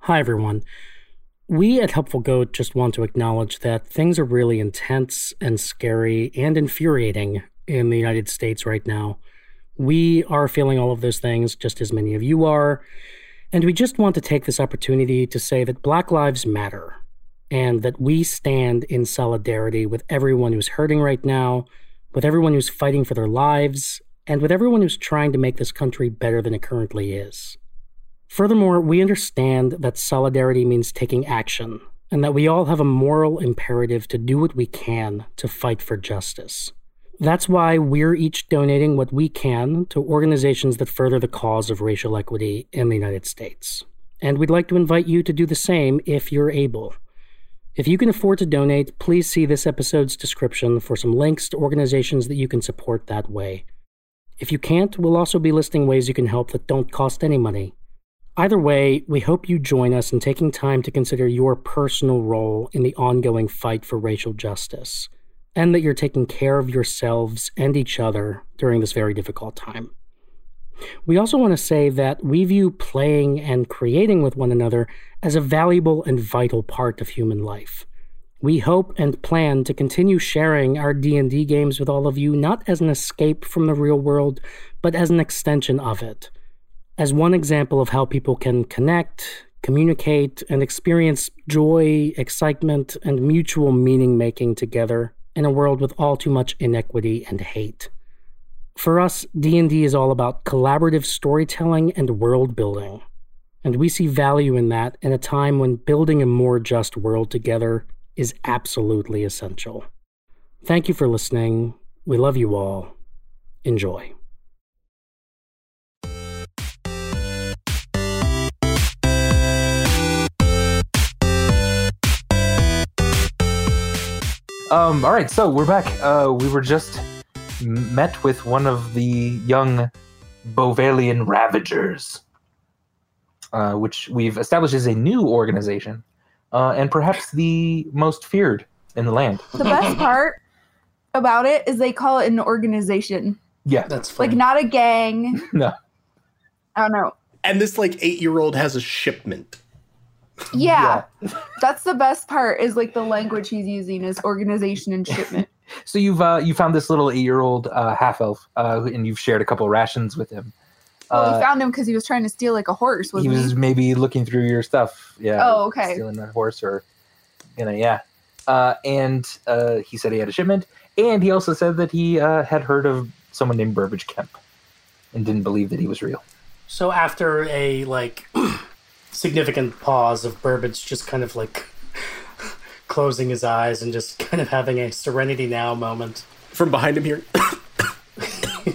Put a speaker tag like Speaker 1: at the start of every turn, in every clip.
Speaker 1: Hi, everyone. We at Helpful Goat just want to acknowledge that things are really intense and scary and infuriating in the United States right now. We are feeling all of those things, just as many of you are. And we just want to take this opportunity to say that Black Lives Matter and that we stand in solidarity with everyone who's hurting right now, with everyone who's fighting for their lives, and with everyone who's trying to make this country better than it currently is. Furthermore, we understand that solidarity means taking action, and that we all have a moral imperative to do what we can to fight for justice. That's why we're each donating what we can to organizations that further the cause of racial equity in the United States. And we'd like to invite you to do the same if you're able. If you can afford to donate, please see this episode's description for some links to organizations that you can support that way. If you can't, we'll also be listing ways you can help that don't cost any money. Either way, we hope you join us in taking time to consider your personal role in the ongoing fight for racial justice, and that you're taking care of yourselves and each other during this very difficult time. We also want to say that we view playing and creating with one another as a valuable and vital part of human life. We hope and plan to continue sharing our D&D games with all of you not as an escape from the real world, but as an extension of it as one example of how people can connect, communicate, and experience joy, excitement, and mutual meaning making together in a world with all too much inequity and hate. For us, D&D is all about collaborative storytelling and world building. And we see value in that in a time when building a more just world together is absolutely essential. Thank you for listening. We love you all. Enjoy.
Speaker 2: Um, all right, so we're back. Uh, we were just m- met with one of the young Bovalian Ravagers, uh, which we've established is a new organization uh, and perhaps the most feared in the land.
Speaker 3: The best part about it is they call it an organization,
Speaker 2: Yeah,
Speaker 4: That's
Speaker 3: like not a gang.
Speaker 2: No.
Speaker 3: I don't know.
Speaker 4: and this like eight year old has a shipment.
Speaker 3: Yeah, that's the best part is like the language he's using is organization and shipment.
Speaker 2: So you've uh, you found this little eight-year-old uh, half-elf, uh, and you've shared a couple rations with him.
Speaker 3: well, we
Speaker 2: Uh,
Speaker 3: found him because Oh, he was trying to steal like a horse,
Speaker 2: he
Speaker 3: wasn't he?
Speaker 2: was maybe looking through your stuff. Yeah.
Speaker 3: Oh, okay.
Speaker 2: Stealing a horse or, you know, yeah. Uh, and uh, he said he had a shipment, and he also said that he uh, had heard of someone named Burbage Kemp, and didn't believe that he was real.
Speaker 1: So after a like significant pause of Burbage just kind of like closing his eyes and just kind of having a serenity now moment.
Speaker 4: From behind him here,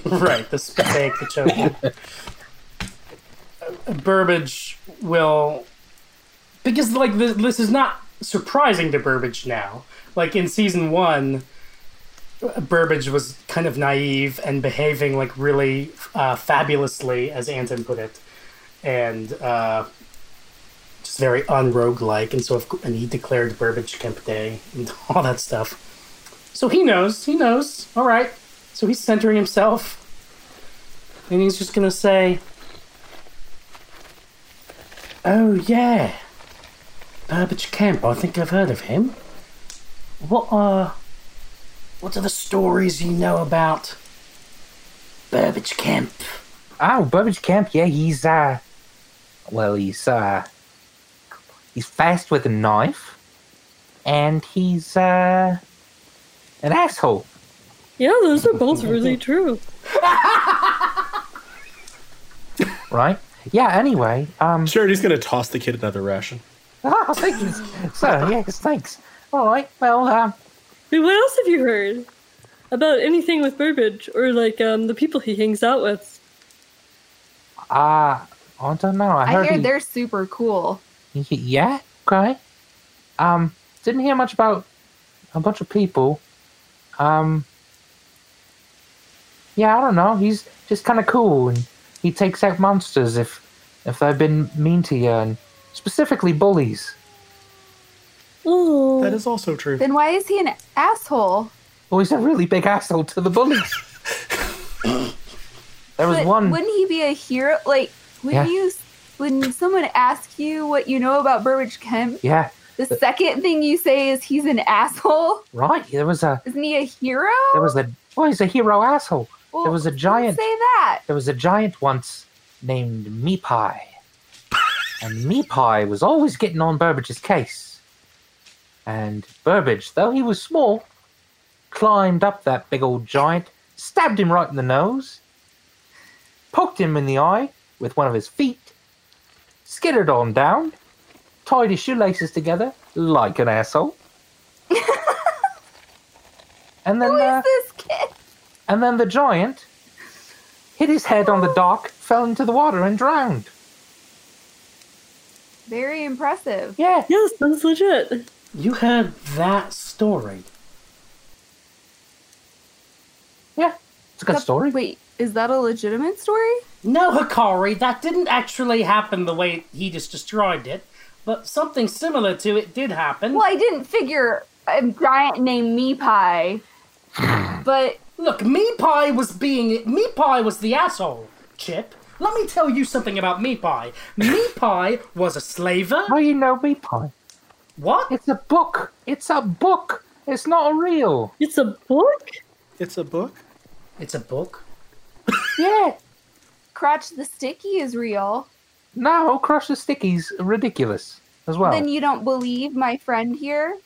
Speaker 1: right, the spag, the choke. Uh, Burbage will because like this, this is not surprising to Burbage now. Like in season 1 Burbage was kind of naive and behaving like really uh, fabulously, as Anton put it, and uh, just very unroguelike. And so, if, and he declared Burbage Kemp Day and all that stuff. So he knows. He knows. All right. So he's centering himself, and he's just gonna say, "Oh yeah, Burbage Kemp. I think I've heard of him. What are, what are the stories you know about Burbage Kemp?"
Speaker 2: Oh, Burbage Kemp, yeah, he's uh, well, he's uh, he's fast with a knife, and he's uh, an asshole.
Speaker 5: Yeah, those are both really true.
Speaker 2: right? Yeah. Anyway, um,
Speaker 4: Charity's gonna toss the kid another ration.
Speaker 2: oh, thank you, sir. Yes, thanks. All right. Well, uh,
Speaker 5: Wait, What else have you heard about anything with Burbage or like um, the people he hangs out with?
Speaker 2: uh, I don't know. I
Speaker 3: I,
Speaker 2: heard.
Speaker 3: hear
Speaker 2: he-
Speaker 3: they're super cool.
Speaker 2: he- he- yeah. Okay. Um, didn't hear much about a bunch of people. Um. Yeah, I don't know. He's just kind of cool, and he takes out monsters if if they've been mean to you, and specifically bullies.
Speaker 5: Oh,
Speaker 4: That is also true.
Speaker 3: Then why is he an asshole?
Speaker 2: Oh, he's a really big asshole to the bullies. there was
Speaker 3: But
Speaker 2: one.
Speaker 3: Wouldn't he be a hero? Like, wouldn't
Speaker 2: Yeah.
Speaker 3: you? when someone asks you what you know about Burbage Kemp,
Speaker 2: Yeah,
Speaker 3: the second thing you say is he's an asshole.
Speaker 2: right. There was a
Speaker 3: Isn't he a hero?
Speaker 2: there was a well, he's a hero asshole.
Speaker 3: well,
Speaker 2: there was a
Speaker 3: don't
Speaker 2: giant.
Speaker 3: Say that.
Speaker 2: There was a giant once named Meepie, and Meepie was always getting on Burbage's case. And Burbage, though he was small, climbed up that big old giant, stabbed him right in the nose, poked him in the eye with one of his feet, skittered on down, tied his shoelaces together like an asshole. and then
Speaker 3: Who
Speaker 2: uh,
Speaker 3: is this kid?
Speaker 2: and then the giant hit his head on the dock, fell into the water, and drowned.
Speaker 3: Very impressive.
Speaker 2: Yeah.
Speaker 5: Yeah, sounds legit.
Speaker 1: You had that story.
Speaker 2: Yeah. It's a good
Speaker 3: That-
Speaker 2: story.
Speaker 3: Wait, is that a legitimate story?
Speaker 1: No, Hikari, that didn't actually happen the way he just described it, but something similar to it did happen.
Speaker 3: Well, I didn't figure a giant named Meepie, but
Speaker 1: Look, Meepie was being Meepie was the asshole, Chip. Let me tell you something about Meepie. Meepie was a slaver.
Speaker 2: How you know Meepie?
Speaker 1: What?
Speaker 2: It's a book. It's a book. It's not real.
Speaker 5: It's a book?
Speaker 4: It's a book.
Speaker 1: It's a book.
Speaker 2: Yeah.
Speaker 3: Crotch the Sticky is real.
Speaker 2: No, Crush the Sticky's ridiculous as well.
Speaker 3: Then you don't believe my friend here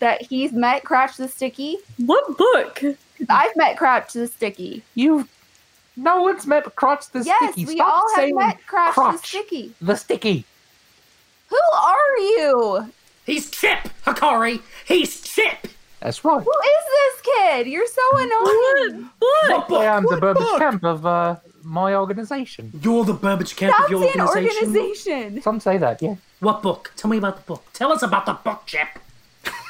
Speaker 3: that he's met Crotch the Sticky?
Speaker 5: What book?
Speaker 3: I've met Crotch the Sticky.
Speaker 2: You've. No one's met Crotch the
Speaker 3: yes,
Speaker 2: Sticky.
Speaker 3: we
Speaker 2: Stop
Speaker 3: all have
Speaker 2: saying
Speaker 3: met Crotch, the
Speaker 2: Crotch.
Speaker 3: Sticky.
Speaker 2: the Sticky.
Speaker 3: Who are you?
Speaker 1: He's Chip, Hikari. He's Chip.
Speaker 2: That's right.
Speaker 3: Who is this kid? You're so
Speaker 5: What
Speaker 3: annoying.
Speaker 5: book?
Speaker 2: I am the
Speaker 4: What
Speaker 2: Burbage
Speaker 4: book?
Speaker 2: Camp of uh, my organization.
Speaker 1: You're the Burbage Camp
Speaker 3: Stop
Speaker 1: of your
Speaker 3: saying
Speaker 1: organization.
Speaker 3: organization.
Speaker 2: Some say that, yeah.
Speaker 1: What book? Tell me about the book. Tell us about the book, Chip.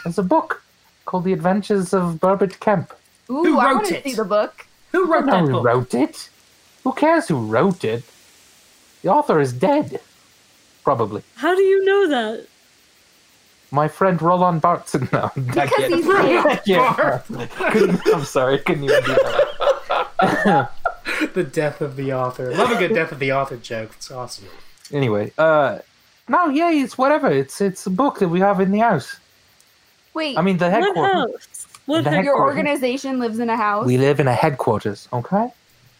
Speaker 2: It's a book called The Adventures of Burbage Camp.
Speaker 3: Ooh,
Speaker 1: Who
Speaker 3: I
Speaker 1: wrote
Speaker 3: want to
Speaker 1: it?
Speaker 3: see the book.
Speaker 1: Who
Speaker 2: I
Speaker 1: wrote
Speaker 2: don't know
Speaker 1: that
Speaker 2: who
Speaker 1: book?
Speaker 2: wrote it. Who cares who wrote it? The author is dead. Probably.
Speaker 5: How do you know that?
Speaker 2: My friend Roland Bartson. No, I
Speaker 3: Because
Speaker 2: can't-
Speaker 3: he's real.
Speaker 2: I can't- couldn't- I'm sorry, I couldn't even do that.
Speaker 1: the death of the author. Love a good death of the author joke. It's awesome.
Speaker 2: Anyway, uh, no, yeah, it's whatever. It's it's a book that we have in the house.
Speaker 3: Wait,
Speaker 2: I mean, the
Speaker 5: What
Speaker 2: headquarters.
Speaker 5: house? What
Speaker 2: The
Speaker 5: house?
Speaker 3: your
Speaker 2: headquarters.
Speaker 3: organization lives in a house.
Speaker 2: We live in a headquarters, okay?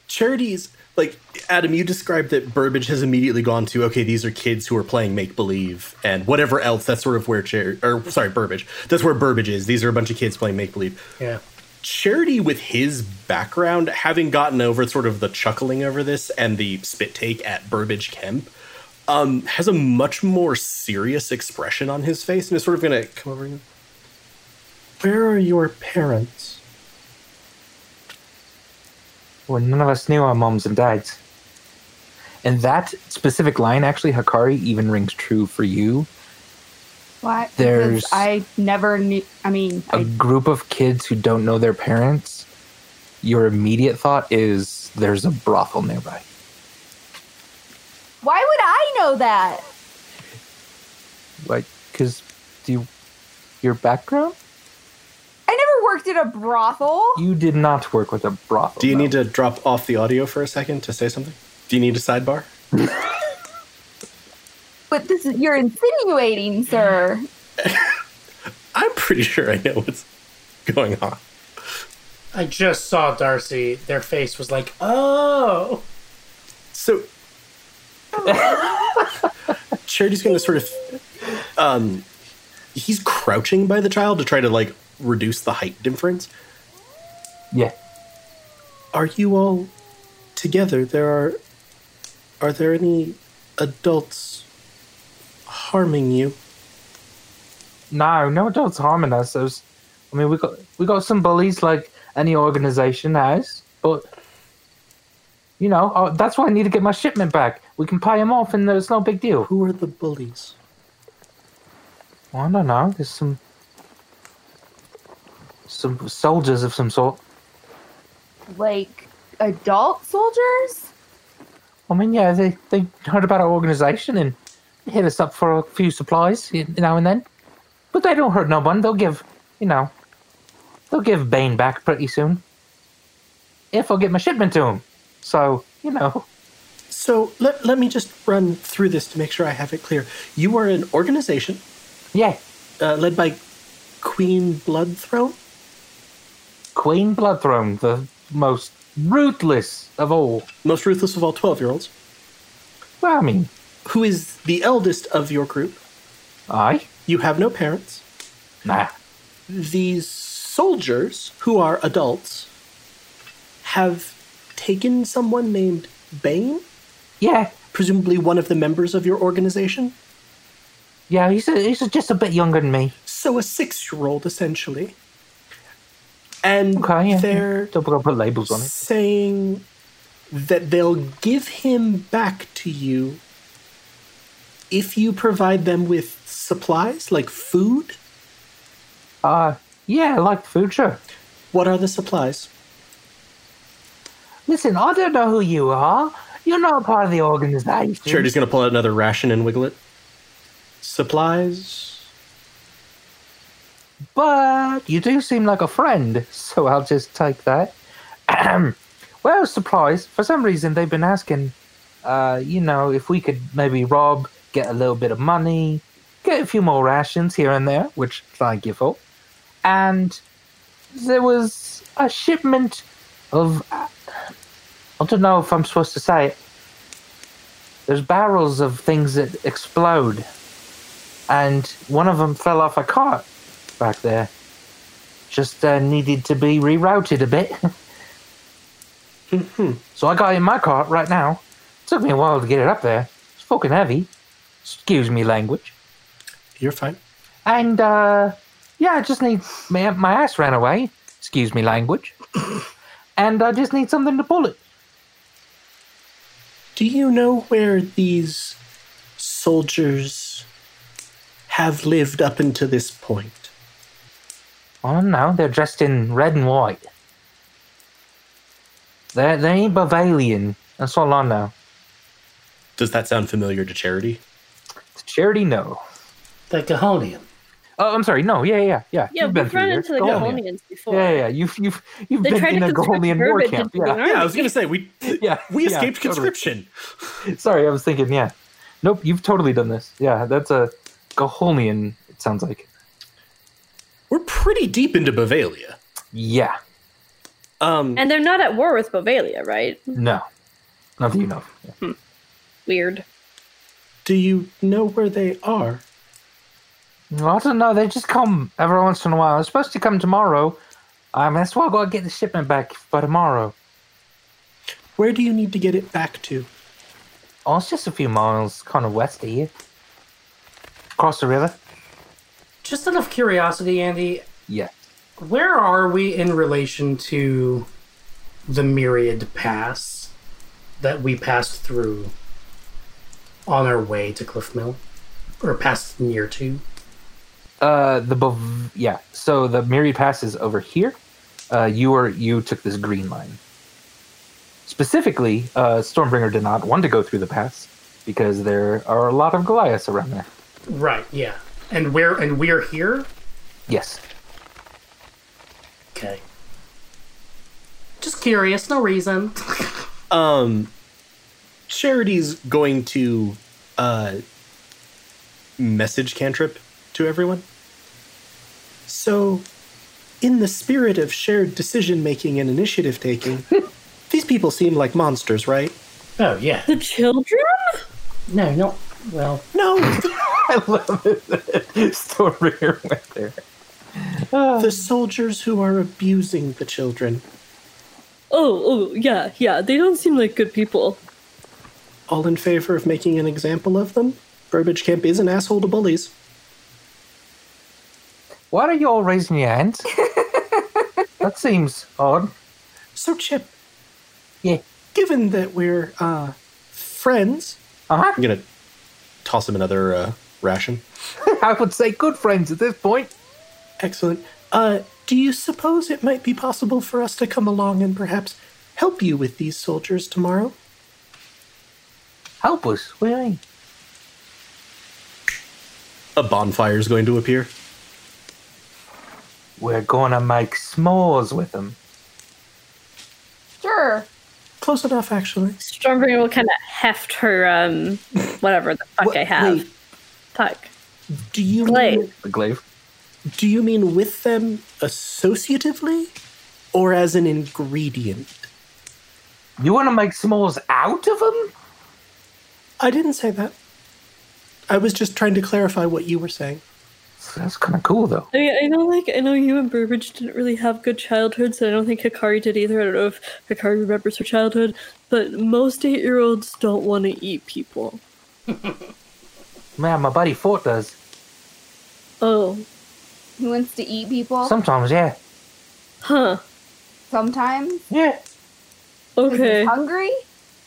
Speaker 4: Charities, like Adam, you described that Burbage has immediately gone to okay, these are kids who are playing make believe and whatever else. That's sort of where charity, or sorry, Burbage. That's where Burbage is. These are a bunch of kids playing make believe.
Speaker 1: Yeah.
Speaker 4: Charity, with his background, having gotten over sort of the chuckling over this and the spit take at Burbage Kemp, um, has a much more serious expression on his face and is sort of going to come over. and go, Where are your parents?
Speaker 2: Well, none of us knew our moms and dads. And that specific line, actually, Hakari, even rings true for you.
Speaker 3: What?
Speaker 2: There's-
Speaker 3: Because I never knew. I mean,
Speaker 2: a
Speaker 3: I,
Speaker 1: Um,
Speaker 2: group of kids who don't know their parents, your immediate thought is there's a brothel nearby.
Speaker 3: why would I know that?
Speaker 2: Like, because do you, your background?
Speaker 3: I never worked at a brothel.
Speaker 2: You did not work with a brothel.
Speaker 4: Do you
Speaker 2: no.
Speaker 4: need to drop off the audio for a second to say something? Do you need a sidebar?
Speaker 3: But this is you're insinuating, sir.
Speaker 4: I'm pretty sure I know what's going on.
Speaker 1: I just saw Darcy. Their face was like, oh.
Speaker 4: So, Charity's going to sort of, um, he's crouching by the child to try to like reduce the height difference.
Speaker 2: Yeah.
Speaker 4: Are you all together? There are, are there any adults harming you?
Speaker 2: No, no adults harming us. There's, I mean, we got we got some bullies like any organization has, but you know oh, that's why I need to get my shipment back. We can pay them off, and there's no big deal.
Speaker 4: Who are the bullies?
Speaker 2: Well, I don't know. There's some some soldiers of some sort.
Speaker 3: Like adult soldiers?
Speaker 2: I mean, yeah, they, they heard about our organization and hit us up for a few supplies y- now and then. But they don't hurt no one. They'll give, you know, they'll give Bane back pretty soon. If I get my shipment to him. So, you know,
Speaker 4: So let, let me just run through this to make sure I have it clear. You are an organization
Speaker 2: Yeah.
Speaker 4: uh, led by Queen Bloodthrone?
Speaker 2: Queen Bloodthrone, the most ruthless of all.
Speaker 4: most ruthless of all 12 year olds,
Speaker 2: Well, I mean,
Speaker 4: who is the eldest of your group.
Speaker 2: I?
Speaker 4: You have no parents.
Speaker 2: Nah.
Speaker 4: These soldiers, who are adults, have taken someone named Bane,
Speaker 2: Yeah.
Speaker 4: presumably one of the members of your organization.
Speaker 2: Yeah, he's, a, he's just a bit younger than me.
Speaker 4: So a six year old, essentially. And
Speaker 2: Okay, yeah.
Speaker 4: they're
Speaker 2: Don't put put labels on it.
Speaker 4: saying that they'll give him back to you if you provide them with supplies like food.
Speaker 2: Uh, yeah, I like food, sure.
Speaker 4: What are the supplies?
Speaker 2: Listen, I don't know who you are. You're not part of the organization.
Speaker 4: Charity's gonna pull out another ration and wiggle it. Supplies.
Speaker 2: But you do seem like a friend, so I'll just take that. Ahem. well, supplies. For some reason, they've been asking, uh, you know, if we could maybe rob, get a little bit of money, get a few more rations here and there, which thank you for. And there was a shipment of. uh, I don't know if I'm supposed to say it. There's barrels of things that explode. And one of them fell off a cart back there. Just uh, needed to be rerouted a bit. so I got in my cart right now. took me a while to get it up there. It's fucking heavy. Excuse me, language.
Speaker 4: You're fine.
Speaker 2: And uh, yeah, I just need my, my ass ran away. Excuse me, language. and I just need something to pull it.
Speaker 4: Do you know where these soldiers have lived up until this point?
Speaker 2: Oh no, they're dressed in red and white. They they ain't Bavalian. That's all I know.
Speaker 4: Does that sound familiar to Charity?
Speaker 2: Charity, no.
Speaker 1: The Cahonian.
Speaker 2: Oh, I'm sorry. No, yeah, yeah, yeah.
Speaker 5: Yeah,
Speaker 2: You've been
Speaker 5: we've
Speaker 2: through
Speaker 5: run
Speaker 2: there.
Speaker 5: into the
Speaker 2: Go on, yeah.
Speaker 5: Gahonians before.
Speaker 2: Yeah, yeah. You've you've you've
Speaker 5: They
Speaker 2: been
Speaker 5: tried
Speaker 2: in
Speaker 5: to
Speaker 2: a
Speaker 5: conscript
Speaker 2: Gaholian war
Speaker 5: Burbage
Speaker 2: camp.
Speaker 5: into the
Speaker 2: Yeah.
Speaker 5: army.
Speaker 4: Yeah, I was gonna say we
Speaker 2: Yeah,
Speaker 4: we
Speaker 2: yeah,
Speaker 4: escaped
Speaker 2: totally.
Speaker 4: conscription.
Speaker 2: Sorry, I was thinking. Yeah. Nope. You've totally done this. Yeah, that's a Gaholian. It sounds like.
Speaker 4: We're pretty deep into Bavalia.
Speaker 2: Yeah.
Speaker 4: Um,
Speaker 5: And they're not at war with Bovalia, right?
Speaker 2: No. Not that you know. of. Yeah.
Speaker 5: Weird.
Speaker 4: do you know where they are?
Speaker 2: Well, I don't know. They just come every once in a while. They're supposed to come tomorrow. Um, that's why I gotta get the shipment back by tomorrow.
Speaker 4: Where do you need to get it back to?
Speaker 2: Oh, it's just a few miles, kind of west of here. Across the river.
Speaker 1: Just out of curiosity, Andy,
Speaker 2: Yeah.
Speaker 1: where are we in relation to the myriad pass that we passed through on our way to Cliff Mill? Or passed near to?
Speaker 2: Uh, the Bov- yeah. So the Myriad Pass is over here. Uh, you were you took this green line. Specifically, uh, Stormbringer did not want to go through the pass because there are a lot of Goliaths around there.
Speaker 1: Right, yeah. And where and we're here?
Speaker 2: Yes.
Speaker 1: Okay. Just curious, no reason.
Speaker 4: um charity's going to uh message cantrip to everyone so in the spirit of shared decision making and initiative taking these people seem like monsters right
Speaker 1: oh yeah.
Speaker 5: The children?
Speaker 1: No, no well
Speaker 4: no
Speaker 2: I love it. Stormbringer went there.
Speaker 4: the soldiers who are abusing the children
Speaker 5: Oh, oh, yeah, yeah. They don't seem like good people.
Speaker 4: all in favor of making an example of them burbage camp is an asshole to bullies
Speaker 2: Why are you all raising your hands? that seems odd.
Speaker 4: so chip
Speaker 2: Yeah.
Speaker 4: given that we're uh friends
Speaker 2: Uh-huh.
Speaker 4: i'm gonna toss him another uh, ration
Speaker 2: I would say good friends at this point.
Speaker 4: Excellent. Uh, do you suppose it might be possible for us to come along and perhaps help you with these soldiers tomorrow?
Speaker 2: Help us. What do you mean?
Speaker 4: A bonfire is going to appear.
Speaker 2: We're gonna make s'mores with them.
Speaker 3: Sure.
Speaker 4: Close enough, actually.
Speaker 5: Stormbringer will kind of heft her, um, whatever the fuck
Speaker 4: What-
Speaker 5: I have.
Speaker 4: wait.
Speaker 5: Fuck.
Speaker 4: Do you
Speaker 5: Glaive.
Speaker 2: The glaive.
Speaker 4: do you mean with them associatively, or as an ingredient?
Speaker 2: You want to make s'mores out of them?
Speaker 4: I didn't say that. I was just trying to clarify what you were saying.
Speaker 2: That's kind of cool, though.
Speaker 5: I, mean, I know, like, I know you and Burbage didn't really have good childhoods, and I don't think Hikari did either. I don't know if Hikari remembers her childhood, but most eight year olds don't want to eat people.
Speaker 2: Man, my buddy Fort does.
Speaker 5: Oh,
Speaker 3: He wants to eat people
Speaker 2: Sometimes, yeah.
Speaker 5: huh.
Speaker 3: sometimes.
Speaker 2: Yeah.
Speaker 3: Is he
Speaker 5: Okay.
Speaker 3: Hungry?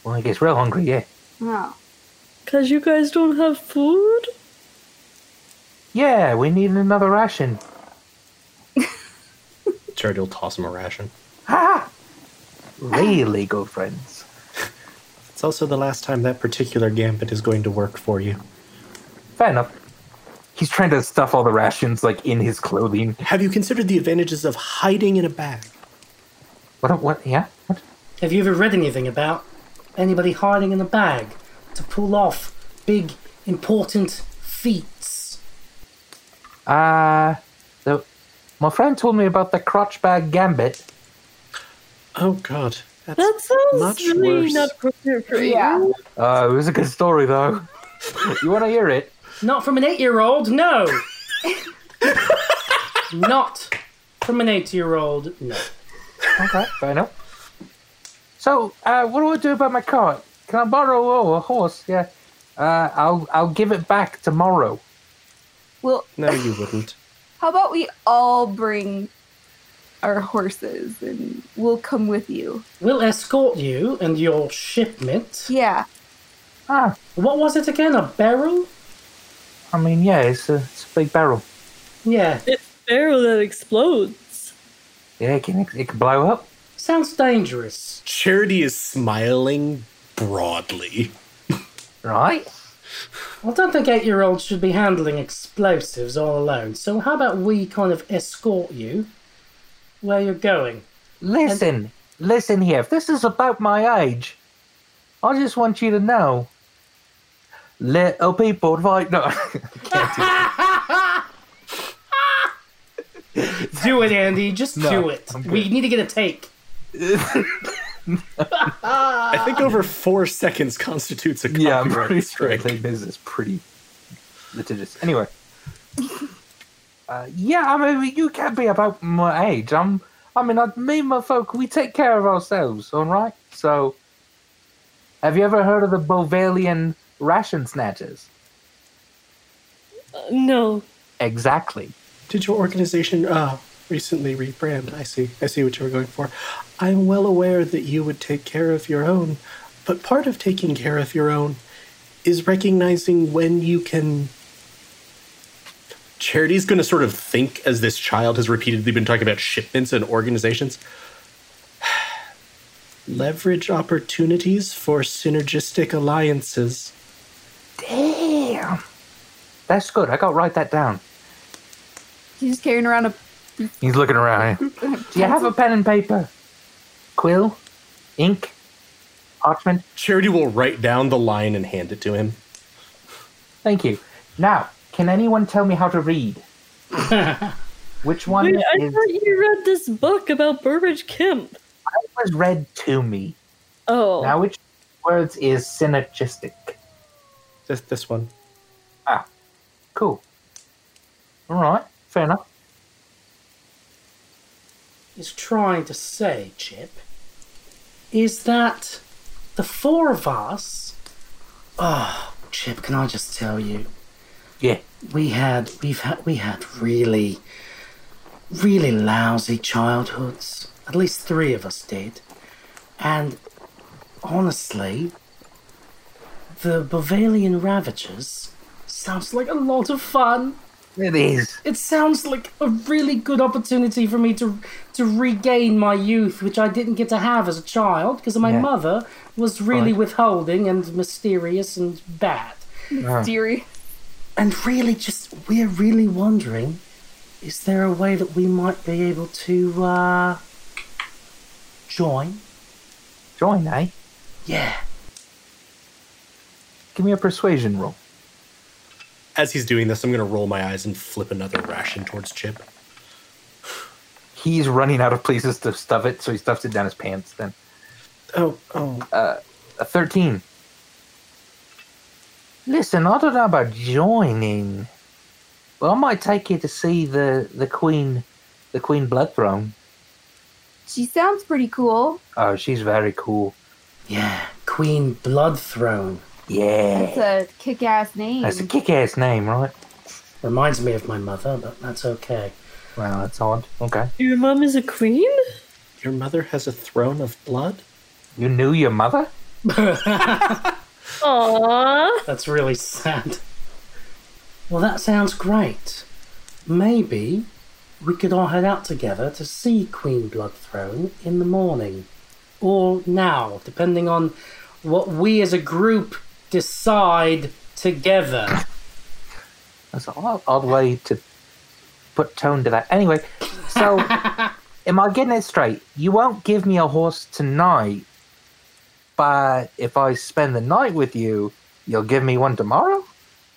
Speaker 2: When he gets real hungry, yeah.
Speaker 3: Oh.
Speaker 5: Because you guys don't have food?
Speaker 2: Yeah, we need another ration.
Speaker 4: Jared will toss him a ration.
Speaker 2: Ha! Really good friends.
Speaker 4: It's also the last time that particular gambit is going to work for you.
Speaker 2: Fair enough. He's trying to stuff all the rations like in his clothing.
Speaker 4: Have you considered the advantages of hiding in a bag?
Speaker 2: What? What? Yeah. What?
Speaker 6: Have you ever read anything about anybody hiding in a bag to pull off big, important feats?
Speaker 2: Uh, the, my friend told me about the crotch bag gambit.
Speaker 4: Oh God, that's,
Speaker 5: That sounds
Speaker 4: much
Speaker 5: really
Speaker 4: worse.
Speaker 5: not appropriate for
Speaker 3: Yeah.
Speaker 5: you.
Speaker 2: Uh, it was a good story though. you want to hear it?
Speaker 6: Not from an eight year old, no! Not from an eight year old, no.
Speaker 2: Okay, fair enough. So, uh, what do I do about my cart? Can I borrow oh, a horse? Yeah. Uh, I'll I'll give it back tomorrow.
Speaker 3: Well,
Speaker 4: no, you wouldn't.
Speaker 3: how about we all bring our horses and we'll come with you?
Speaker 6: We'll escort you and your shipment.
Speaker 3: Yeah.
Speaker 2: Ah,
Speaker 6: What was it again? A barrel?
Speaker 2: I mean, yeah, it's a, it's a big barrel.
Speaker 6: Yeah.
Speaker 5: It's a barrel that explodes.
Speaker 2: Yeah, it can it can blow up.
Speaker 6: Sounds dangerous.
Speaker 4: Charity is smiling broadly.
Speaker 2: Right.
Speaker 6: I don't think eight year olds should be handling explosives all alone, so how about we kind of escort you where you're going?
Speaker 2: Listen, listen here. If this is about my age, I just want you to know. Little people fight. No,
Speaker 6: Do it, Andy. Just
Speaker 2: No,
Speaker 6: do it.
Speaker 2: I'm good.
Speaker 6: We need to get a take.
Speaker 4: I think over four seconds constitutes a
Speaker 2: yeah, I'm
Speaker 4: copyright
Speaker 2: pretty sure. I
Speaker 4: strike.
Speaker 2: think this is pretty litigious. Anyway, uh, yeah, I mean, you can't be about my age. I'm. I mean, I, me and my folk, we take care of ourselves. All right. So, have you ever heard of the Bovalian ration snatchers?
Speaker 5: Uh, no.
Speaker 2: Exactly.
Speaker 4: Did your organization uh, recently rebrand? I see. I see what you were going for. I'm well aware that you would take care of your own, but part of taking care of your own is recognizing when you can. Charity's going to sort of think as this child has repeatedly been talking about shipments and organizations. Leverage opportunities for synergistic alliances.
Speaker 2: Damn. That's good. I got to write that down.
Speaker 3: He's just carrying around a.
Speaker 2: He's looking around. here. Do you have a pen and paper? Quill? Ink? Parchment?
Speaker 4: Charity will write down the line and hand it to him.
Speaker 2: Thank you. Now, can anyone tell me how to read? Which one
Speaker 5: Wait, I
Speaker 2: is
Speaker 5: thought you read this book about Burbage Kemp.
Speaker 2: was read to me?
Speaker 5: Oh.
Speaker 2: Now, which words is synergistic?
Speaker 4: This this one.
Speaker 2: Cool. All right, fair enough.
Speaker 6: is trying to say, Chip, is that the four of us. Oh, Chip, can I just tell you?
Speaker 2: Yeah.
Speaker 6: we had we've had we had really really lousy childhoods at least three of us did and honestly the bavalian ravagers sounds like a lot of fun
Speaker 2: It is.
Speaker 6: it sounds like a really good opportunity for me to to regain my youth which i didn't get to have as a child because my
Speaker 2: Yeah.
Speaker 6: mother was really
Speaker 2: Right.
Speaker 6: withholding and mysterious and bad
Speaker 3: Deary.
Speaker 6: and really just we're really wondering is there a way that we might be able to uh join
Speaker 2: Join, eh?
Speaker 6: Yeah.
Speaker 2: Give me a persuasion roll.
Speaker 4: As he's doing this, I'm going to roll my eyes and flip another ration towards Chip.
Speaker 2: He's running out of places to stuff it, so he stuffs it down his pants. Then
Speaker 4: Oh, oh.
Speaker 2: a thirteen. Listen, I don't know about joining, but I might take you to see the the queen, the queen bloodthrone.
Speaker 3: She sounds pretty cool.
Speaker 2: Oh, she's very cool.
Speaker 6: Yeah. Queen Bloodthrone.
Speaker 2: Yeah,
Speaker 3: That's a kick-ass name.
Speaker 2: that's a kick-ass name, right?
Speaker 6: Reminds me of my mother, but that's okay.
Speaker 2: Wow, that's odd. Okay,
Speaker 5: Your mom is a queen?
Speaker 4: Your mother has a throne of blood?
Speaker 2: you knew your mother.
Speaker 5: Aww.
Speaker 6: That's really sad. Well, that sounds great. Maybe we could all head out together to see Queen Bloodthrone in the morning. Or now, depending on what we as a group decide together.
Speaker 2: That's an odd, odd way to put tone to that. Anyway, so am I getting it straight? You won't give me a horse tonight, but if I spend the night with you, you'll give me one tomorrow?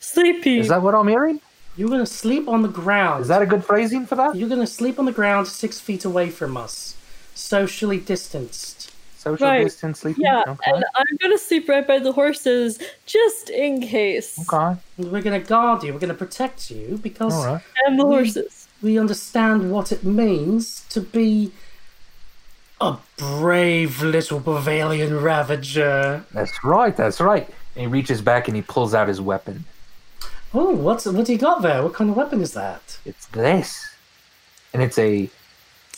Speaker 5: Sleepy.
Speaker 2: Is that what I'm hearing?
Speaker 6: You're going to sleep on the ground.
Speaker 2: Is that a good phrasing for that?
Speaker 6: You're going to sleep on the ground six feet away from us, socially distanced.
Speaker 2: Social
Speaker 5: Right.
Speaker 2: distance, sleeping?
Speaker 5: yeah,
Speaker 2: Okay.
Speaker 5: and I'm gonna sleep right by the horses just in case.
Speaker 2: okay.
Speaker 6: And we're going to guard you, we're going to protect you because
Speaker 2: All right.
Speaker 5: And the horses.
Speaker 6: we understand what it means to be a brave little Bavalian ravager.
Speaker 2: That's right. That's right. And he reaches back and he pulls out his weapon.
Speaker 6: Oh, what's what do you got there? What kind of weapon is that?
Speaker 2: It's this. And it's a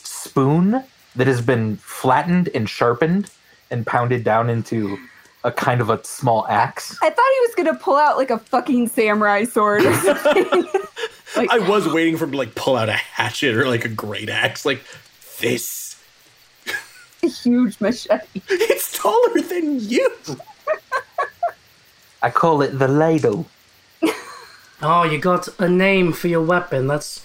Speaker 2: spoon that has been flattened and sharpened and pounded down into a kind of a small axe.
Speaker 3: I thought he was gonna pull out like a fucking samurai sword or something.
Speaker 4: I was waiting for him to like pull out a hatchet or like a great axe. Like, this.
Speaker 3: a huge machete.
Speaker 4: It's taller than you.
Speaker 2: I call it the ladle.
Speaker 6: Oh, you got a name for your weapon. That's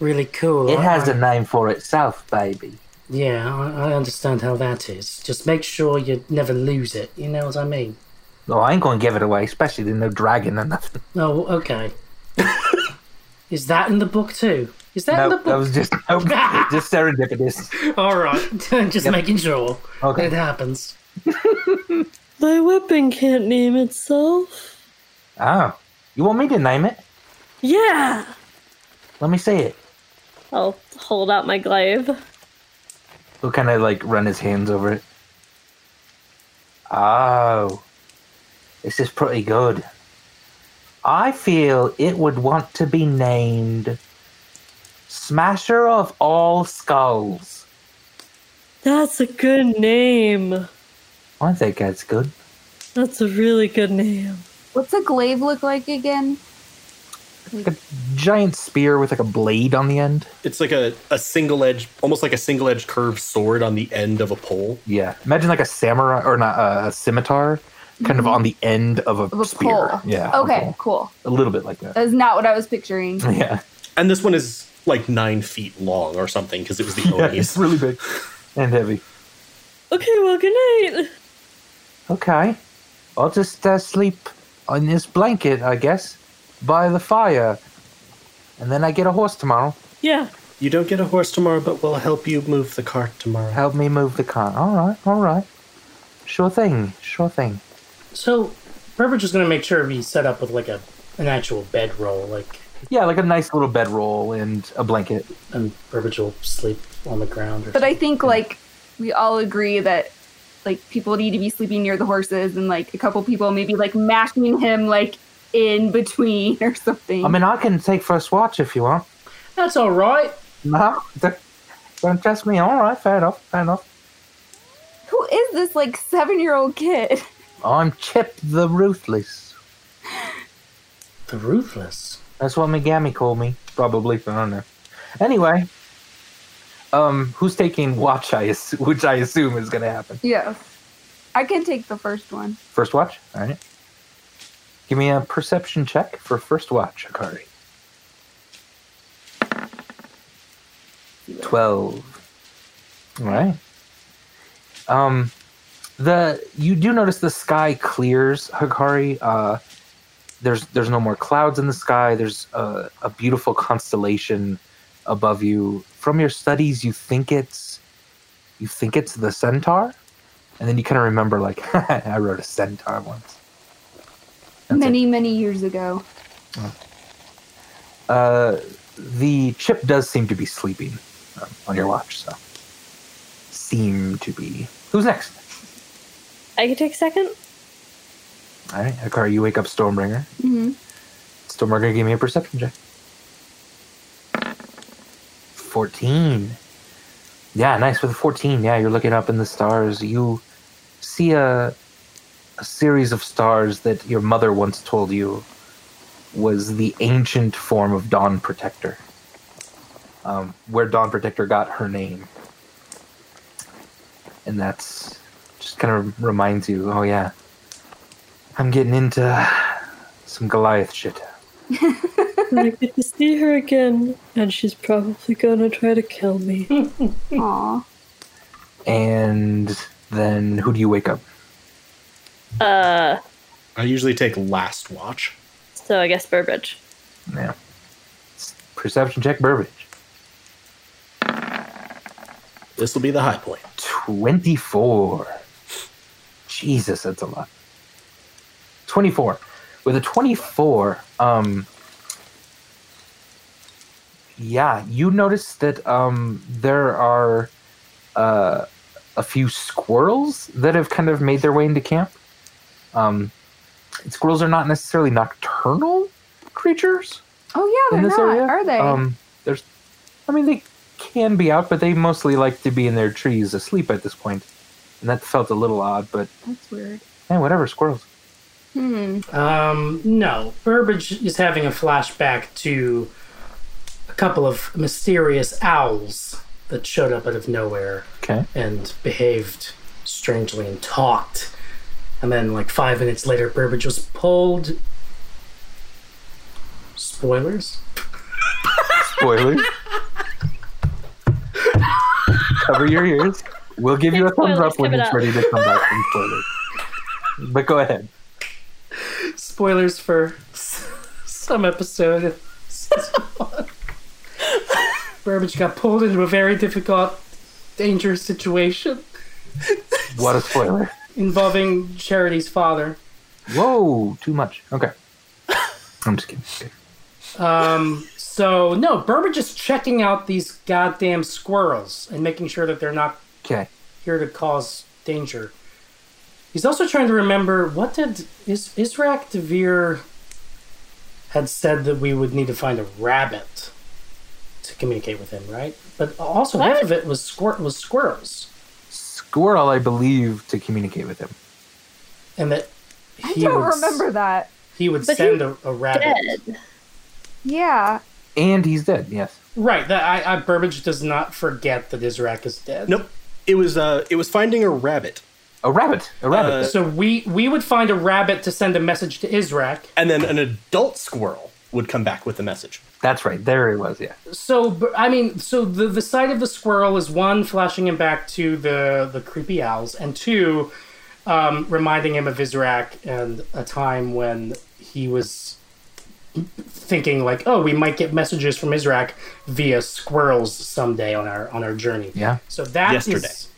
Speaker 6: really cool.
Speaker 2: It
Speaker 6: I-
Speaker 2: has a name for itself, baby.
Speaker 6: Yeah, I, I understand how that is. Just make sure you never lose it. You know what I mean?
Speaker 2: No, I ain't gonna give it away, especially there's no dragon or nothing.
Speaker 6: Oh, okay. is that in the book too? Is that in
Speaker 2: No,
Speaker 6: the book?
Speaker 2: that was just no, just serendipitous.
Speaker 6: All right, just making sure
Speaker 2: Okay.
Speaker 6: it happens.
Speaker 5: My weapon can't name itself.
Speaker 2: Oh, you want me to name it?
Speaker 5: Yeah!
Speaker 2: Let me see it.
Speaker 5: I'll hold out my glaive.
Speaker 2: He'll kind of like run his hands over it. Oh, this is pretty good. I feel it would want to be named Smasher of All Skulls.
Speaker 5: That's a good name.
Speaker 2: I think that's good.
Speaker 5: That's a really good name.
Speaker 3: What's a glaive look like again?
Speaker 2: Giant spear with like a blade on the end.
Speaker 4: It's like a, a single edge, almost like a single edge curved sword on the end of a pole.
Speaker 2: Yeah, imagine like a samurai or not uh, a scimitar, kind of on the end of a,
Speaker 3: Of a
Speaker 2: spear.
Speaker 3: pole.
Speaker 2: Yeah.
Speaker 3: Okay,
Speaker 2: okay.
Speaker 3: cool.
Speaker 2: A little bit like that.
Speaker 3: That is not what I was picturing.
Speaker 2: yeah.
Speaker 4: And this one is like nine feet long or something because it was the
Speaker 2: Yeah,
Speaker 4: only.
Speaker 2: it's really big and heavy.
Speaker 5: Okay, well, good night.
Speaker 2: Okay. I'll just uh, sleep on this blanket, I guess, by the fire. And then I get a horse tomorrow.
Speaker 5: Yeah.
Speaker 4: you don't get a horse tomorrow, but we'll help you move the cart tomorrow.
Speaker 2: Help me move the cart. All right, all right. Sure thing, sure thing.
Speaker 6: So, Burbage is going to make sure we set up with like a an actual bedroll, like,
Speaker 2: Yeah, like a nice little bedroll and a blanket.
Speaker 6: and Burbage will sleep on the ground. Or
Speaker 3: But I think like we all agree that like people need to be sleeping near the horses and like a couple people maybe like mashing him like in between or something.
Speaker 2: I mean, I can take first watch if you want.
Speaker 6: something. that's all right.
Speaker 2: No, don't- don't trust me. All right, fair enough, fair enough.
Speaker 3: Who is this like seven year old kid?
Speaker 2: I'm Chip the Ruthless.
Speaker 6: The ruthless.
Speaker 2: That's what Megami called me. Probably, I don't know. Anyway, um, who's taking watch? I assu- which I assume is going to happen.
Speaker 3: Yes. I can take the first one.
Speaker 2: First watch. All right. Give me a perception check for first watch, Akari. Twelve. All right. Um, the you do notice the sky clears Hikari. Uh, there's there's no more clouds in the sky. There's a, a beautiful constellation above you. From your studies, you think it's you think it's the centaur, and then you kind of remember like I wrote a centaur once. That's it.
Speaker 3: many, many years ago.
Speaker 2: Uh, the chip does seem to be sleeping um, on your watch, so seem to be. Who's next?
Speaker 5: I can take a second.
Speaker 2: All right, Hikari, you wake up Stormbringer.
Speaker 3: hmm
Speaker 2: Stormbringer, give me a perception check. 14. Yeah, nice with a 14. Yeah, you're looking up in the stars. You see a, a series of stars that your mother once told you was the ancient form of Dawn Protector, um, where Dawn Protector got her name. And that's just kind of reminds you oh, yeah, I'm getting into some Goliath shit.
Speaker 5: And I get to see her again, and she's probably gonna try to kill me.
Speaker 3: Aw.
Speaker 2: And then who do you wake up?
Speaker 5: Uh,
Speaker 4: I usually take last watch.
Speaker 5: so I guess Burbage.
Speaker 2: Yeah. Perception check, Burbage.
Speaker 4: This will be the high point.
Speaker 2: 24. Jesus, that's a lot. 24. With a 24, um yeah, you notice that um there are uh a few squirrels that have kind of made their way into camp. Um squirrels are not necessarily nocturnal creatures
Speaker 3: Oh yeah,
Speaker 2: in
Speaker 3: they're
Speaker 2: this
Speaker 3: not,
Speaker 2: area.
Speaker 3: are they?
Speaker 2: Um, there's, I mean, they can be out, but they mostly like to be in their trees asleep at this point, and that felt a little odd. But
Speaker 3: That's weird.
Speaker 2: hey, whatever, squirrels.
Speaker 3: Hmm.
Speaker 6: Um, no, Burbage is having a flashback to a couple of mysterious owls that showed up out of nowhere
Speaker 2: Okay.
Speaker 6: and behaved strangely and talked. And then, like five minutes later, Burbage was pulled. Spoilers.
Speaker 2: Spoilers. Cover your ears. We'll give you a thumbs
Speaker 5: Spoilers,
Speaker 2: up when
Speaker 5: give it
Speaker 2: it's
Speaker 5: up.
Speaker 2: ready to come back from spoilers. But go ahead.
Speaker 6: Spoilers for s- some episode. of season one. Burbage got pulled into a very difficult, dangerous situation
Speaker 2: What a spoiler.
Speaker 6: involving Charity's father.
Speaker 2: Whoa, too much. Okay. I'm just kidding. Okay.
Speaker 6: Um, so no, Burbage is checking out these goddamn squirrels and making sure that they're not
Speaker 2: Okay.
Speaker 6: here to cause danger. He's also trying to remember what did is Israq Devere had said that we would need to find a rabbit to communicate with him, right? But also half
Speaker 5: What?
Speaker 6: of it was squir- was squirrels,
Speaker 2: Squirrel, I believe, to communicate with him.
Speaker 6: and that
Speaker 3: I
Speaker 6: he
Speaker 3: don't
Speaker 6: would, s-
Speaker 3: remember that.
Speaker 6: he would
Speaker 5: But
Speaker 6: send
Speaker 5: he-
Speaker 6: a, a rabbit.
Speaker 5: Dead.
Speaker 3: Yeah.
Speaker 2: And he's dead, yes.
Speaker 6: Right. That I, I Burbage does not forget that Israq is dead.
Speaker 4: Nope. It was uh it was finding a rabbit.
Speaker 2: A rabbit. A rabbit.
Speaker 4: Uh,
Speaker 6: So we we would find a rabbit to send a message to Israq.
Speaker 4: And then an adult squirrel would come back with the message.
Speaker 2: That's right. There it was. Yeah.
Speaker 6: So b- I mean, so the the sight of the squirrel is one flashing him back to the the creepy owls, and two, um, reminding him of Israq and a time when he was thinking like, oh, we might get messages from Israq via squirrels someday on our on our journey.
Speaker 2: Yeah.
Speaker 6: So that is-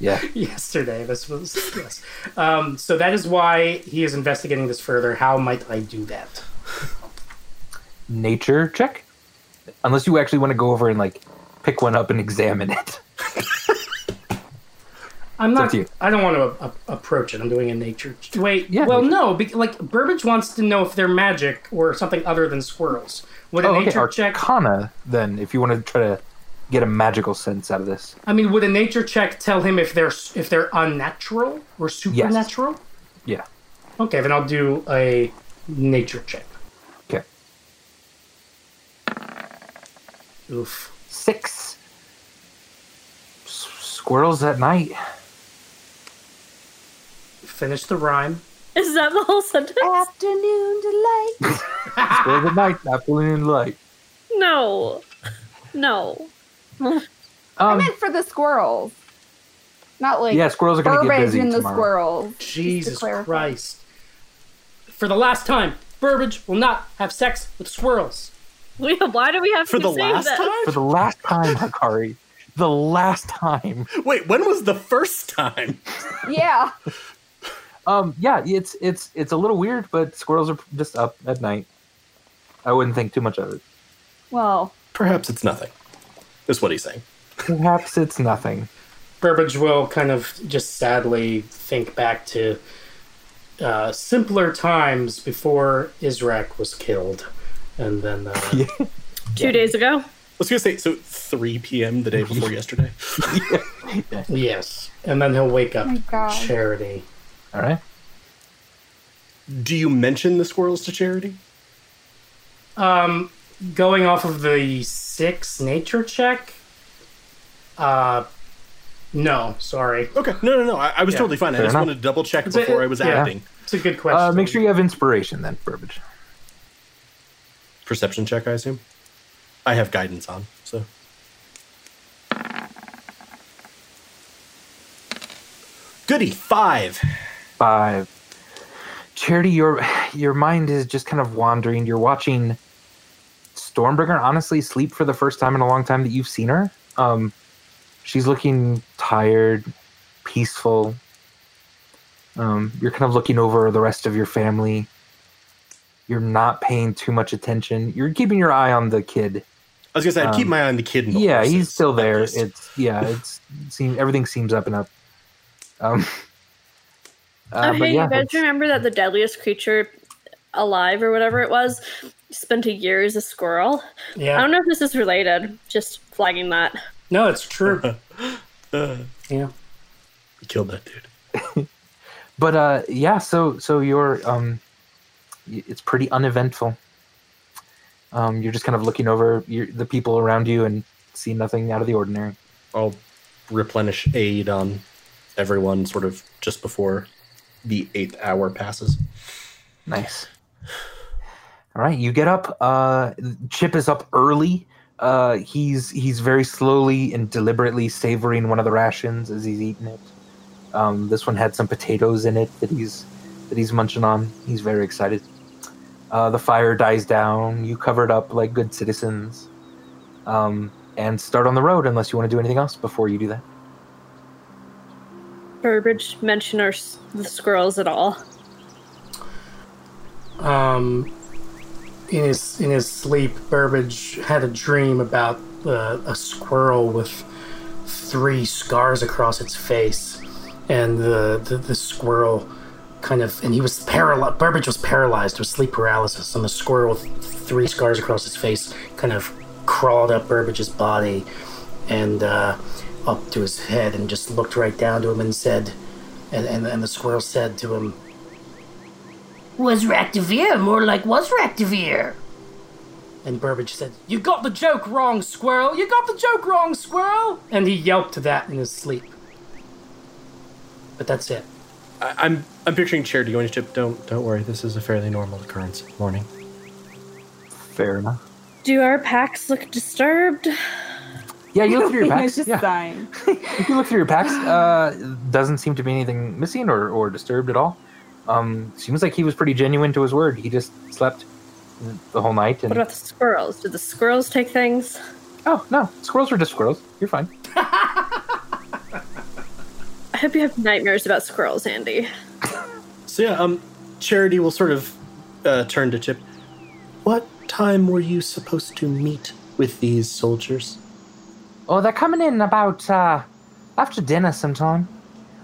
Speaker 2: Yeah.
Speaker 6: yesterday. This was yes. Um, so that is why he is investigating this further. How might I do that?
Speaker 2: Nature check. Unless you actually want to go over and like pick one up and examine it.
Speaker 6: I'm
Speaker 2: up
Speaker 6: not.
Speaker 2: to you.
Speaker 6: I don't want to a- a- approach it. I'm doing a nature. ch- Wait.
Speaker 2: Yeah,
Speaker 6: well,
Speaker 2: nature.
Speaker 6: no. Be- like Burbage wants to know if they're magic or something other than squirrels. Would a
Speaker 2: Oh, okay.
Speaker 6: nature check?
Speaker 2: Arcana, then, if you want to try to get a magical sense out of this.
Speaker 6: I mean, would a nature check tell him if they're s- if they're unnatural or supernatural?
Speaker 2: Yeah.
Speaker 6: Okay, then I'll do a nature check.
Speaker 2: Okay.
Speaker 6: Oof.
Speaker 2: Six. S- squirrels at night.
Speaker 6: Finish the rhyme.
Speaker 5: Is that the whole sentence?
Speaker 3: Afternoon delight.
Speaker 2: Squirrels at night. Afternoon light.
Speaker 5: No. No.
Speaker 3: I
Speaker 2: Um,
Speaker 3: meant for the squirrels. Not like
Speaker 2: Yeah, squirrels are gonna get
Speaker 3: Burbage
Speaker 2: busy
Speaker 3: and the
Speaker 2: tomorrow.
Speaker 3: squirrels. just to
Speaker 6: Jesus
Speaker 3: clarify.
Speaker 6: Christ. For the last time, Burbage will not have sex with squirrels.
Speaker 5: We, why do we have
Speaker 4: For
Speaker 5: to
Speaker 4: the
Speaker 5: say
Speaker 4: last
Speaker 5: that?
Speaker 2: For
Speaker 4: time?
Speaker 2: the last time, Hakari. The last time.
Speaker 4: Wait, when was the first time?
Speaker 3: Yeah.
Speaker 2: Um, yeah, it's it's it's a little weird, but squirrels are just up at night. I wouldn't think too much of it.
Speaker 3: Well,
Speaker 4: Perhaps it's nothing. Is what he's saying.
Speaker 2: Perhaps it's nothing.
Speaker 6: Burbage will kind of just sadly think back to uh, simpler times before Israq was killed. And then, uh,
Speaker 2: Yeah.
Speaker 5: Two days ago.
Speaker 4: I was gonna say so 3 p.m. the day before yesterday.
Speaker 6: yes. And then he'll wake up.
Speaker 3: my God.
Speaker 6: Charity.
Speaker 2: All right.
Speaker 4: Do you mention the squirrels to charity?
Speaker 6: Um, going off of the six nature check. Uh, no, sorry.
Speaker 4: Okay, no, no, no. I, I was
Speaker 6: Yeah,
Speaker 4: totally fine. I
Speaker 2: fair
Speaker 4: just
Speaker 2: enough.
Speaker 4: wanted to double check
Speaker 6: It's a-
Speaker 4: before I was
Speaker 6: yeah.
Speaker 4: acting.
Speaker 6: It's a good question.
Speaker 2: Uh, make sure you have inspiration then, Burbage.
Speaker 4: Perception check, I assume. I have guidance on, so. Goody five.
Speaker 2: five. Charity, your your mind is just kind of wandering. You're watching Stormbringer honestly sleep for the first time in a long time that you've seen her. Um, she's looking tired, peaceful. Um, you're kind of looking over the rest of your family. You're not paying too much attention. You're keeping your eye on the kid.
Speaker 4: I was gonna say I'd keep
Speaker 2: Um,
Speaker 4: my eye on the kid. And the
Speaker 2: Yeah, he's
Speaker 4: horses,
Speaker 2: still
Speaker 4: at
Speaker 2: there.
Speaker 4: least.
Speaker 2: It's yeah, it's seem, everything seems up and up. Um, uh,
Speaker 5: oh,
Speaker 2: but
Speaker 5: hey,
Speaker 2: yeah,
Speaker 5: you guys
Speaker 2: that's-
Speaker 5: remember that the deadliest creature alive or whatever it was spent a year as a squirrel? I
Speaker 6: Yeah.
Speaker 5: don't know if this is related. Just flagging that.
Speaker 6: No, it's true.
Speaker 4: Uh,
Speaker 6: yeah.
Speaker 4: we killed that dude.
Speaker 2: but uh yeah so so you're um y- it's pretty uneventful um you're just kind of looking over your, the people around you and see nothing out of the ordinary
Speaker 4: I'll replenish aid on everyone, sort of just before the eighth hour passes.
Speaker 2: nice all right you get up uh chip is up early uh he's he's very slowly and deliberately savoring one of the rations as he's eating it um this one had some potatoes in it that he's that he's munching on he's very excited uh the fire dies down you cover it up like good citizens um and start on the road unless you want to do anything else before you do that
Speaker 5: Burbage mention our, s- the squirrels at all.
Speaker 6: um, in his in his sleep, Burbage had a dream about uh, a squirrel with three scars across its face, and the the, the squirrel kind of and he was paralyzed. Burbage was paralyzed with sleep paralysis, and the squirrel with three scars across its face kind of crawled up Burbage's body and uh, up to his head and just looked right down to him and said, and, and, and the squirrel said to him.
Speaker 7: Was Ractivir more like was Ractivir?
Speaker 6: And Burbage said, You got the joke wrong, squirrel! You got the joke wrong, squirrel! And he yelped that in his sleep. But that's it.
Speaker 4: I, I'm I'm picturing Charity going to chip. Don't don't worry. This is a fairly normal occurrence. Morning.
Speaker 2: fair enough
Speaker 5: Do our packs look disturbed?
Speaker 2: yeah you look through your
Speaker 3: He was
Speaker 2: packs
Speaker 3: just
Speaker 2: yeah.
Speaker 3: sighing.
Speaker 2: you look through your packs. Uh, doesn't seem to be anything missing or, or disturbed at all. Um, seems like he was pretty genuine to his word. He just slept the whole night.
Speaker 5: What
Speaker 2: And
Speaker 5: about the squirrels? Did the squirrels take things?
Speaker 2: oh no, squirrels are just squirrels. You're fine.
Speaker 5: I hope you have nightmares about squirrels, Andy.
Speaker 4: So yeah, um, Charity will sort of uh, turn to Chip. What time were you supposed to meet with these soldiers?
Speaker 2: Oh, they're coming in about uh, after dinner sometime.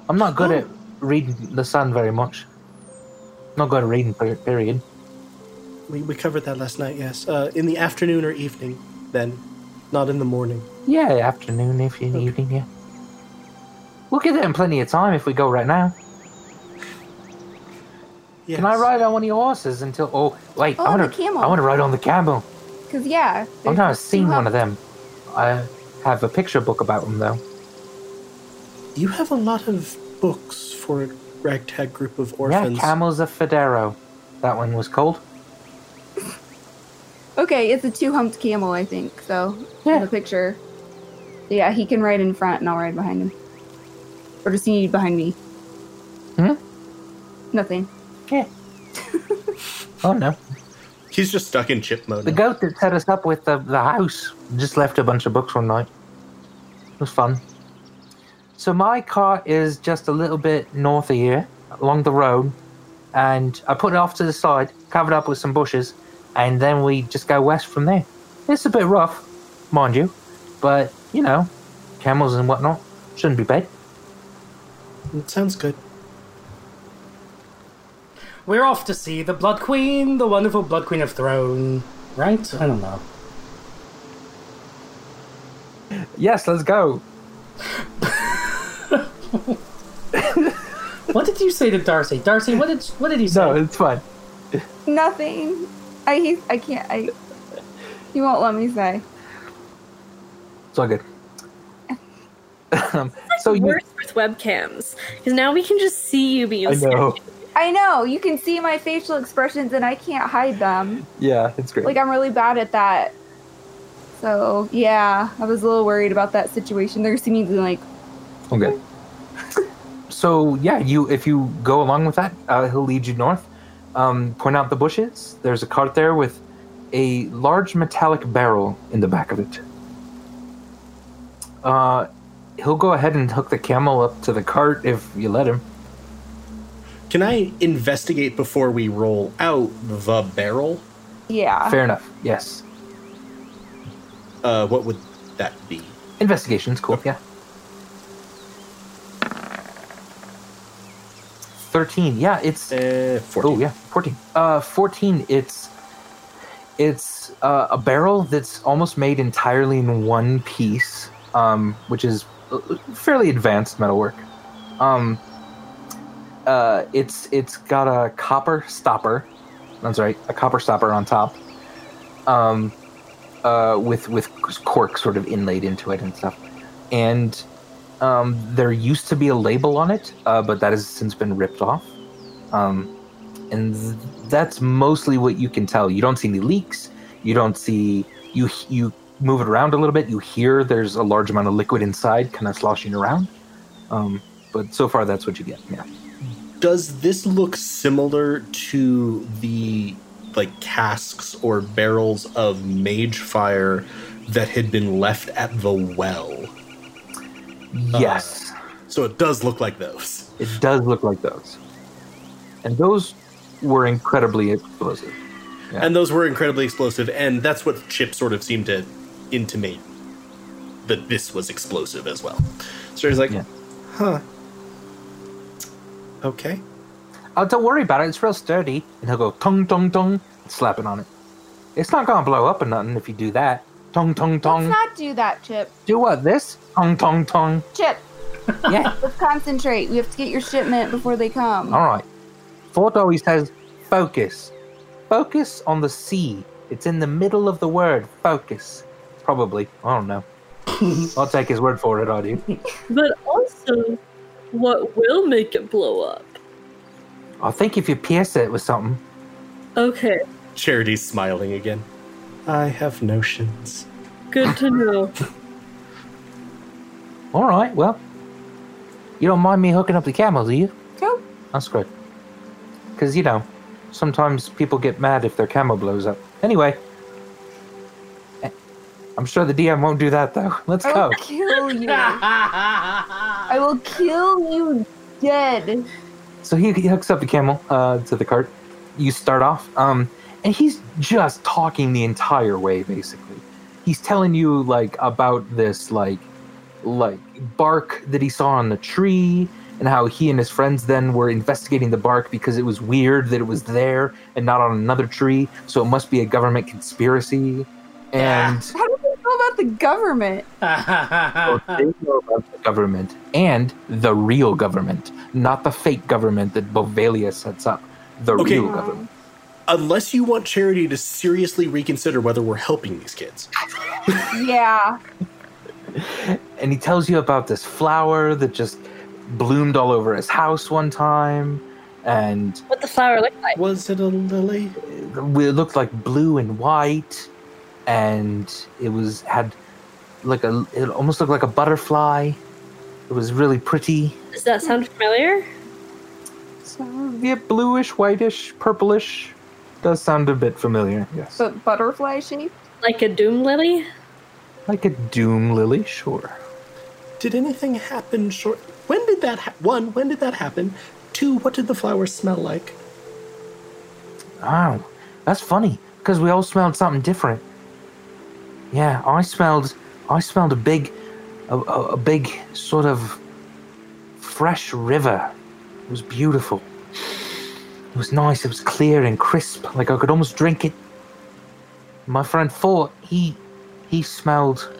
Speaker 2: I'm not good at reading the sun very much. Not good at reading. per- Period.
Speaker 4: We, we covered that last night. Yes, uh, in the afternoon or evening, then, not in the morning.
Speaker 2: Yeah, afternoon, if you evening. Yeah. We'll give them plenty of time if we go right now.
Speaker 4: Yes.
Speaker 2: Can I ride on one of your horses until? Oh, wait.
Speaker 3: Oh,
Speaker 2: I
Speaker 3: on
Speaker 2: want
Speaker 3: the
Speaker 2: to.
Speaker 3: camel.
Speaker 2: I want to ride on the camel.
Speaker 3: Because, yeah.
Speaker 2: I've
Speaker 3: there's
Speaker 2: never
Speaker 3: just
Speaker 2: seen
Speaker 3: two
Speaker 2: one
Speaker 3: hot-
Speaker 2: of them. I have a picture book about them, though.
Speaker 4: You have a lot of books for a ragtag group of orphans.
Speaker 2: Yeah, Camels of Federo. That one was called.
Speaker 3: Okay, it's a two humped camel, I think, so. In
Speaker 2: Yeah.
Speaker 3: the picture. Yeah, he can ride in front and I'll ride behind him. Or does he need behind me?
Speaker 2: Hmm?
Speaker 3: Nothing.
Speaker 2: Yeah. oh no.
Speaker 4: He's just stuck in chip mode.
Speaker 2: The
Speaker 4: now.
Speaker 2: goat that set us up with the, the house just left a bunch of books one night. It was fun. So my car is just a little bit north of here, along the road, and I put it off to the side, covered up with some bushes, and then we just go west from there. It's a bit rough, mind you, but you know, camels and whatnot shouldn't be bad.
Speaker 4: It sounds good.
Speaker 1: We're off to see the Blood Queen, the wonderful Blood Queen of Throne. Right? I don't know.
Speaker 2: Yes, let's go.
Speaker 1: What did you say to Darcy? Darcy, what did what did you say?
Speaker 2: No, it's fine.
Speaker 3: Nothing. I he- I can't. I. He won't let me say.
Speaker 2: It's all good. um, so you,
Speaker 5: Worse with webcams because now we can just see you being.
Speaker 2: I know.
Speaker 5: sketchy.
Speaker 3: I know you can see my facial expressions, and I can't hide them.
Speaker 2: Yeah, it's great.
Speaker 3: Like I'm really bad at that. So yeah, I was a little worried about that situation. They're seeming to like
Speaker 2: Okay. so yeah, you if you go along with that, uh, he'll lead you north. Um, point out the bushes. There's a cart there with a large metallic barrel in the back of it. Uh, he'll go ahead and hook the camel up to the cart if you let him.
Speaker 4: Can I investigate before we roll out the barrel?
Speaker 3: yeah.
Speaker 2: Fair enough. Yes.
Speaker 4: Uh, what would that be?
Speaker 2: Investigation's cool. Yeah. Thirteen. Yeah, it's
Speaker 4: Uh, 14.
Speaker 2: Oh yeah, fourteen. Uh, fourteen. It's it's uh, a barrel that's almost made entirely in one piece, um, which is uh, fairly advanced metalwork. Um, uh, it's it's got a copper stopper. That's right, a copper stopper on top, um, uh, with with cork sort of inlaid into it and stuff. And um, there used to be a label on it, uh, but that has since been ripped off. Um, and th- that's mostly what you can tell. You don't see any leaks. You don't see you h- you move it around a little bit. You hear there's a large amount of liquid inside, kind of sloshing around. Um, but so far, that's what you get. Yeah,
Speaker 4: Does this look similar to the like casks or barrels of mage fire that had been left at the well? Uh,
Speaker 2: yes,
Speaker 4: So it does look like those.
Speaker 2: it does look like those, and those were incredibly explosive. Yeah.
Speaker 4: And those were incredibly explosive, and that's what Chip sort of seemed to intimate that this was explosive as well. So he's like,
Speaker 2: Yeah.
Speaker 4: huh. Okay.
Speaker 2: Oh, don't worry about it. It's real sturdy. And he'll go tong tong tong, slapping on it. It's not gonna blow up or nothing if you do that. Tong tong
Speaker 3: Let's
Speaker 2: tong.
Speaker 3: not do that, Chip.
Speaker 2: Do what? This? Tong tong tong.
Speaker 3: Chip,
Speaker 2: Yeah.
Speaker 3: let's concentrate. We have to get your shipment before they come.
Speaker 2: All right. Ford always says focus. Focus on the C. It's in the middle of the word focus. Probably. I don't know. I'll take his word for it, I do.
Speaker 5: But also, what will make it blow up?
Speaker 2: I think if you pierce it with something,
Speaker 5: Okay,
Speaker 4: Charity's smiling again. I have notions.
Speaker 5: good to know.
Speaker 2: all right, well, you don't mind me hooking up the camel, do you?
Speaker 3: Nope.
Speaker 2: That's good. Because, you know, sometimes people get mad if their camel blows up. Anyway, eh, I'm sure the DM won't do that, though. Let's
Speaker 3: I
Speaker 2: go.
Speaker 3: will kill you. I will kill you dead.
Speaker 2: So he, he hooks up the camel uh, to the cart. You start off, um, and he's just talking the entire way, basically. He's telling you like about this like like bark that he saw on the tree, and how he and his friends then were investigating the bark because it was weird that it was there and not on another tree, so it must be a government conspiracy. And
Speaker 3: How do you know about the government?
Speaker 2: both they know about the government and the real government, not the fake government that Bovalia sets up. The
Speaker 4: Okay.
Speaker 2: real government.
Speaker 4: Unless you want Charity to seriously reconsider whether we're helping these kids.
Speaker 3: Yeah.
Speaker 2: And he tells you about this flower that just bloomed all over his house one time. And
Speaker 5: What the flower looked like?
Speaker 4: Was it a lily?
Speaker 2: it looked like blue and white. And it was had like a, it almost looked like a butterfly. It was really pretty.
Speaker 5: Does that sound familiar?
Speaker 2: So, yeah, bluish, whitish, purplish. Does sound a bit familiar, yes.
Speaker 3: But butterfly shape?
Speaker 5: Like a doom lily?
Speaker 2: like a doom lily, sure.
Speaker 4: Did anything happen short? When did that ha- one? When did that happen? Two. What did the flowers smell like?
Speaker 2: Oh, that's funny because we all smelled something different. Yeah, I smelled, I smelled a big, a, a, a big sort of fresh river. It was beautiful. It was nice. It was clear and crisp. Like I could almost drink it. My friend Fort, he, he smelled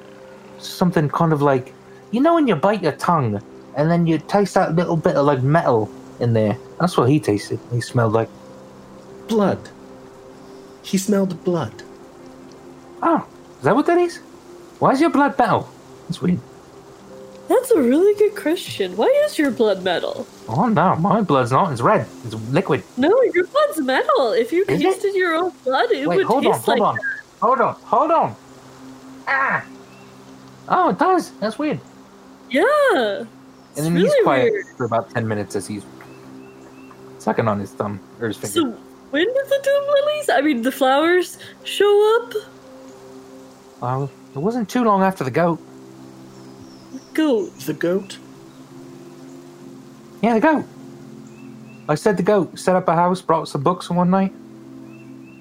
Speaker 2: something kind of like, you know, when you bite your tongue and then you taste that little bit of like metal in there. That's what he tasted. He smelled like.
Speaker 4: Blood. He smelled blood.
Speaker 2: Oh, is that what that is? Why is your blood metal? That's weird.
Speaker 5: That's a really good question. Why is your blood metal?
Speaker 2: Oh no, my blood's not. It's red. It's liquid.
Speaker 5: No, your blood's metal. If you
Speaker 2: Is it?
Speaker 5: tasted your own blood, it
Speaker 2: Wait,
Speaker 5: would
Speaker 2: hold on,
Speaker 5: taste
Speaker 2: hold
Speaker 5: like
Speaker 2: on, hold on, hold on. Ah. Oh, it does. That's weird.
Speaker 5: Yeah.
Speaker 2: And then
Speaker 5: it's really
Speaker 2: he's quiet
Speaker 5: weird.
Speaker 2: for about ten minutes as he's sucking on his thumb or his finger.
Speaker 5: So when did the doom lilies, I mean the flowers, show up?
Speaker 2: Uh, it wasn't too long after the goat.
Speaker 5: Goat.
Speaker 4: The goat.
Speaker 2: Yeah, the goat. I said the goat set up a house, brought some books one night.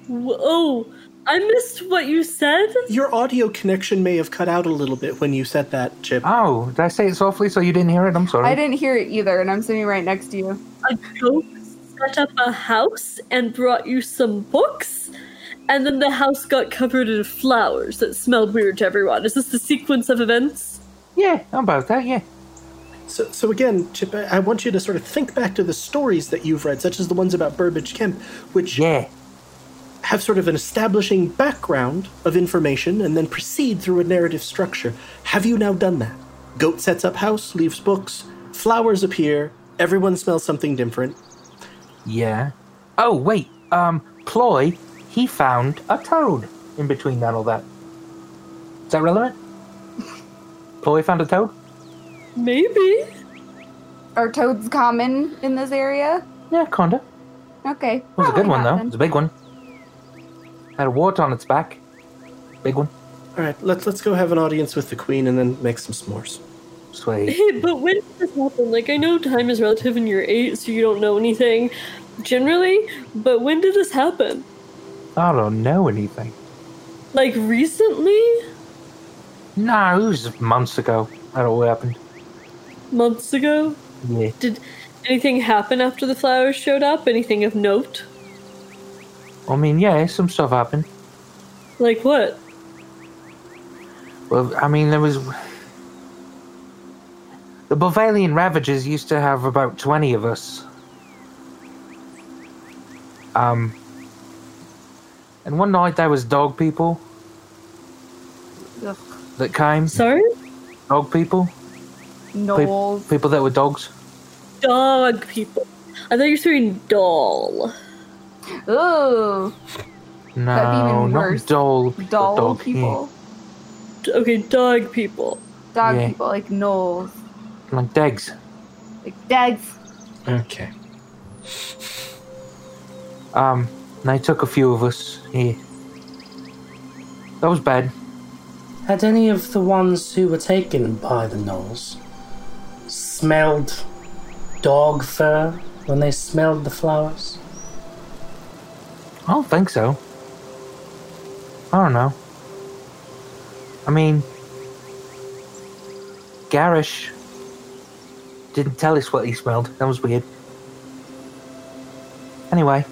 Speaker 5: W- Oh, I missed what you said.
Speaker 4: Your audio connection may have cut out a little bit when you said that, Chip.
Speaker 2: Oh, did I say it softly so you didn't hear it? I'm sorry.
Speaker 3: I didn't hear it either, and I'm sitting right next to you.
Speaker 5: A goat set up a house and brought you some books, and then the house got covered in flowers that smelled weird to everyone. Is this the sequence of events?
Speaker 2: Yeah, about that. Yeah.
Speaker 4: So, so again, Chip, I, I want you to sort of think back to the stories that you've read, such as the ones about Burbage Kemp, which
Speaker 2: Yeah.
Speaker 4: have sort of an establishing background of information and then proceed through a narrative structure. Have you now done that? Goat sets up house, leaves books, flowers appear, everyone smells something different.
Speaker 2: Yeah. Oh wait, um, Ploy, he found a toad in between that all that. Is that relevant? Ploy found a toad?
Speaker 5: Maybe.
Speaker 3: Are toads common in this area?
Speaker 2: Yeah, kinda. It
Speaker 3: Okay. It
Speaker 2: was a good one though. It was a big one. Had a wart on its back. Big one.
Speaker 4: All right, let's let's go have an audience with the queen and then make some s'mores.
Speaker 2: Sweet.
Speaker 5: Hey, but when did this happen? Like, I know time is relative and you're eight, so you don't know anything generally, but when did this happen?
Speaker 2: I don't know anything.
Speaker 5: Like, recently?
Speaker 2: No, it was months ago. That all happened.
Speaker 5: Months ago?
Speaker 2: Yeah.
Speaker 5: Did anything happen after the flowers showed up? Anything of note?
Speaker 2: I mean, yeah, some stuff happened.
Speaker 5: Like, what?
Speaker 2: Well, I mean, there was. The Bavalian Ravagers used to have about 20 of us. Um. And one night there was dog people
Speaker 3: Ugh.
Speaker 2: that came.
Speaker 5: Sorry?
Speaker 2: Dog people? Pe-
Speaker 3: Knowles.
Speaker 2: people that were dogs?
Speaker 5: Dog people. I thought you were saying doll.
Speaker 2: No,
Speaker 3: Ooh, even
Speaker 2: not
Speaker 3: worse.
Speaker 2: doll. but
Speaker 3: doll
Speaker 2: dog yeah.
Speaker 3: people.
Speaker 5: D- Okay, dog people.
Speaker 3: Dog
Speaker 2: Yeah.
Speaker 3: people, like Knowles.
Speaker 2: Like dogs.
Speaker 3: Like dags.
Speaker 4: Okay.
Speaker 2: Um, and they took a few of us. Yeah. That was bad.
Speaker 8: Had any of the ones who were taken by the gnolls smelled dog fur when they smelled the flowers?
Speaker 2: I don't think so. I don't know. I mean, Garish didn't tell us what he smelled. That was weird. Anyway,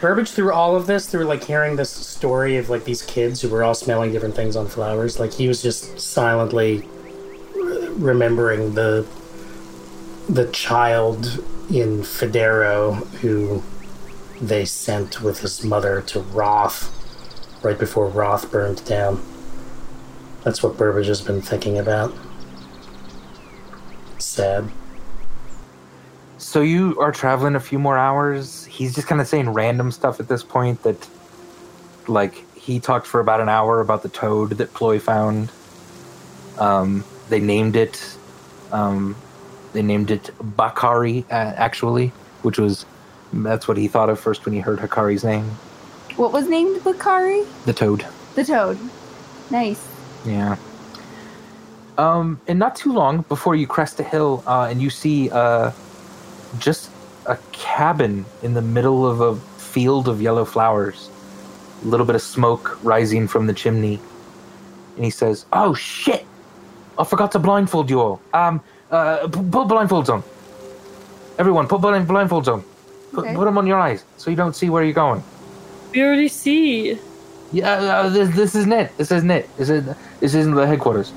Speaker 8: Burbage through all of this, through like hearing this story of like these kids who were all smelling different things on flowers, like he was just silently re- remembering the the child in Federo who they sent with his mother to Roth right before Roth burned down. That's what Burbage has been thinking about. Sad.
Speaker 2: so you are traveling a few more hours. He's just kind of saying random stuff at this point that, like, he talked for about an hour about the toad that Ploy found. Um, they named it. Um, They named it Bakari, uh, actually, which was that's what he thought of first when he heard Hakari's name,
Speaker 3: What was named Bakari?
Speaker 2: the toad.
Speaker 3: The toad. Nice.
Speaker 2: Yeah. Um, and not too long before you crest a hill, uh, and you see uh, just a cabin in the middle of a field of yellow flowers. A little bit of smoke rising from the chimney, and he says, "Oh shit! I forgot to blindfold you all. Um, uh, p- put blindfolds on. Everyone, put blind- blindfolds on. Put,
Speaker 3: Okay.
Speaker 2: put them on your eyes so you don't see where you're going."
Speaker 5: We already see.
Speaker 2: Yeah, uh, this, this isn't it. This isn't it. This isn't, this isn't the headquarters.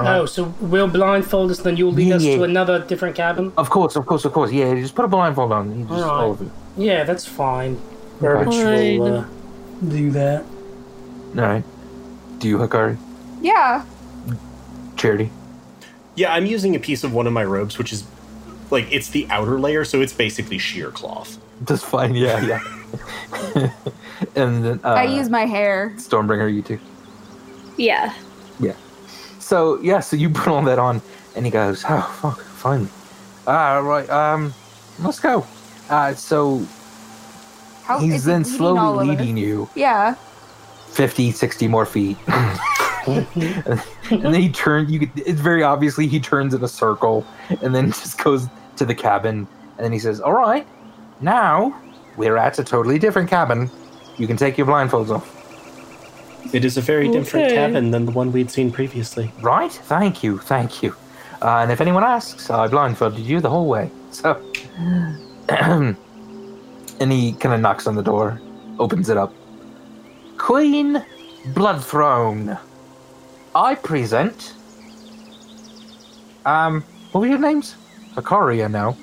Speaker 6: Oh, so we'll blindfold us, then you'll lead
Speaker 2: Yeah,
Speaker 6: us
Speaker 2: yeah.
Speaker 6: to another different cabin.
Speaker 2: Of course, of course, of course. Yeah, just put a blindfold on. You just,
Speaker 6: Alright.
Speaker 2: all of you.
Speaker 6: Yeah, that's fine. Burbage
Speaker 5: Fine.
Speaker 6: will uh, do that.
Speaker 2: All right. Do you, Hikari?
Speaker 3: Yeah.
Speaker 2: Charity?
Speaker 4: Yeah, I'm using a piece of one of my robes, which is like it's the outer layer, so it's basically sheer cloth.
Speaker 2: That's fine. Yeah, yeah. and then uh,
Speaker 3: I use my hair.
Speaker 2: Stormbringer, you too.
Speaker 5: Yeah.
Speaker 2: So yeah, so you put all that on, and he goes, "Oh fuck, fine. All right, um, let's go." Uh, so
Speaker 3: How
Speaker 2: he's
Speaker 3: Oh, is it
Speaker 2: then
Speaker 3: leading all
Speaker 2: slowly
Speaker 3: of us?
Speaker 2: leading you
Speaker 3: Yeah.
Speaker 2: 50, 60 more feet. and then he turns you could- it's very obviously he turns in a circle and then just goes to the cabin and then he says all right now we're at a totally different cabin you can take your blindfolds off
Speaker 4: It is a very different
Speaker 5: Okay.
Speaker 4: cabin than the one we'd seen previously.
Speaker 2: right thank you thank you uh, and if anyone asks i blindfolded you the whole way so and he kind of knocks on the door opens it up queen bloodthrone i present Um, what were your names? Hakari, I know.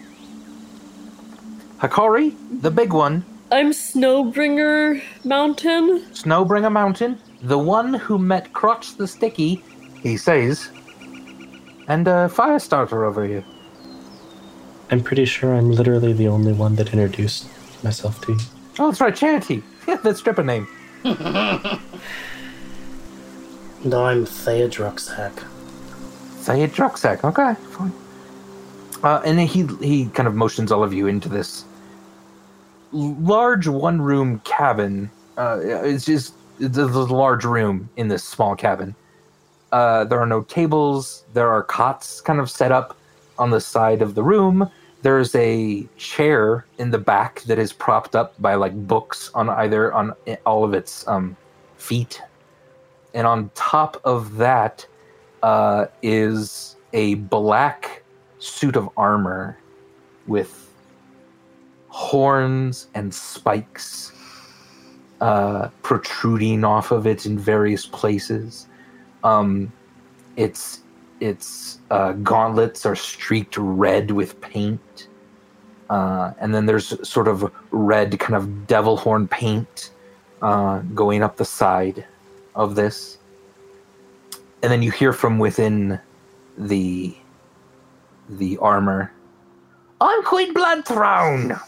Speaker 2: Hakari, the big one,
Speaker 5: I'm Snowbringer Mountain.
Speaker 2: Snowbringer Mountain, the one who met Crotch the Sticky, he says, and a Firestarter over here.
Speaker 4: I'm pretty sure I'm literally the only one that introduced myself to you.
Speaker 2: Oh, that's right, Charity. Yeah, that's stripper name.
Speaker 6: And I'm Theodruxhack.
Speaker 2: Say it, Drucksack. Okay, fine. Uh, and then he he kind of motions all of you into this large one room cabin. Uh, it's just it's a large room in this small cabin. Uh, there are no tables. There are cots kind of set up on the side of the room. There is a chair in the back that is propped up by like books on either on all of its um, feet, and on top of that uh, is a black suit of armor with horns and spikes uh, protruding off of it in various places. Um, its its uh, gauntlets are streaked red with paint, uh, and then there's sort of red kind of devil horn paint uh, going up the side of this and then you hear from within the the armor. I'm Queen Bloodthrone.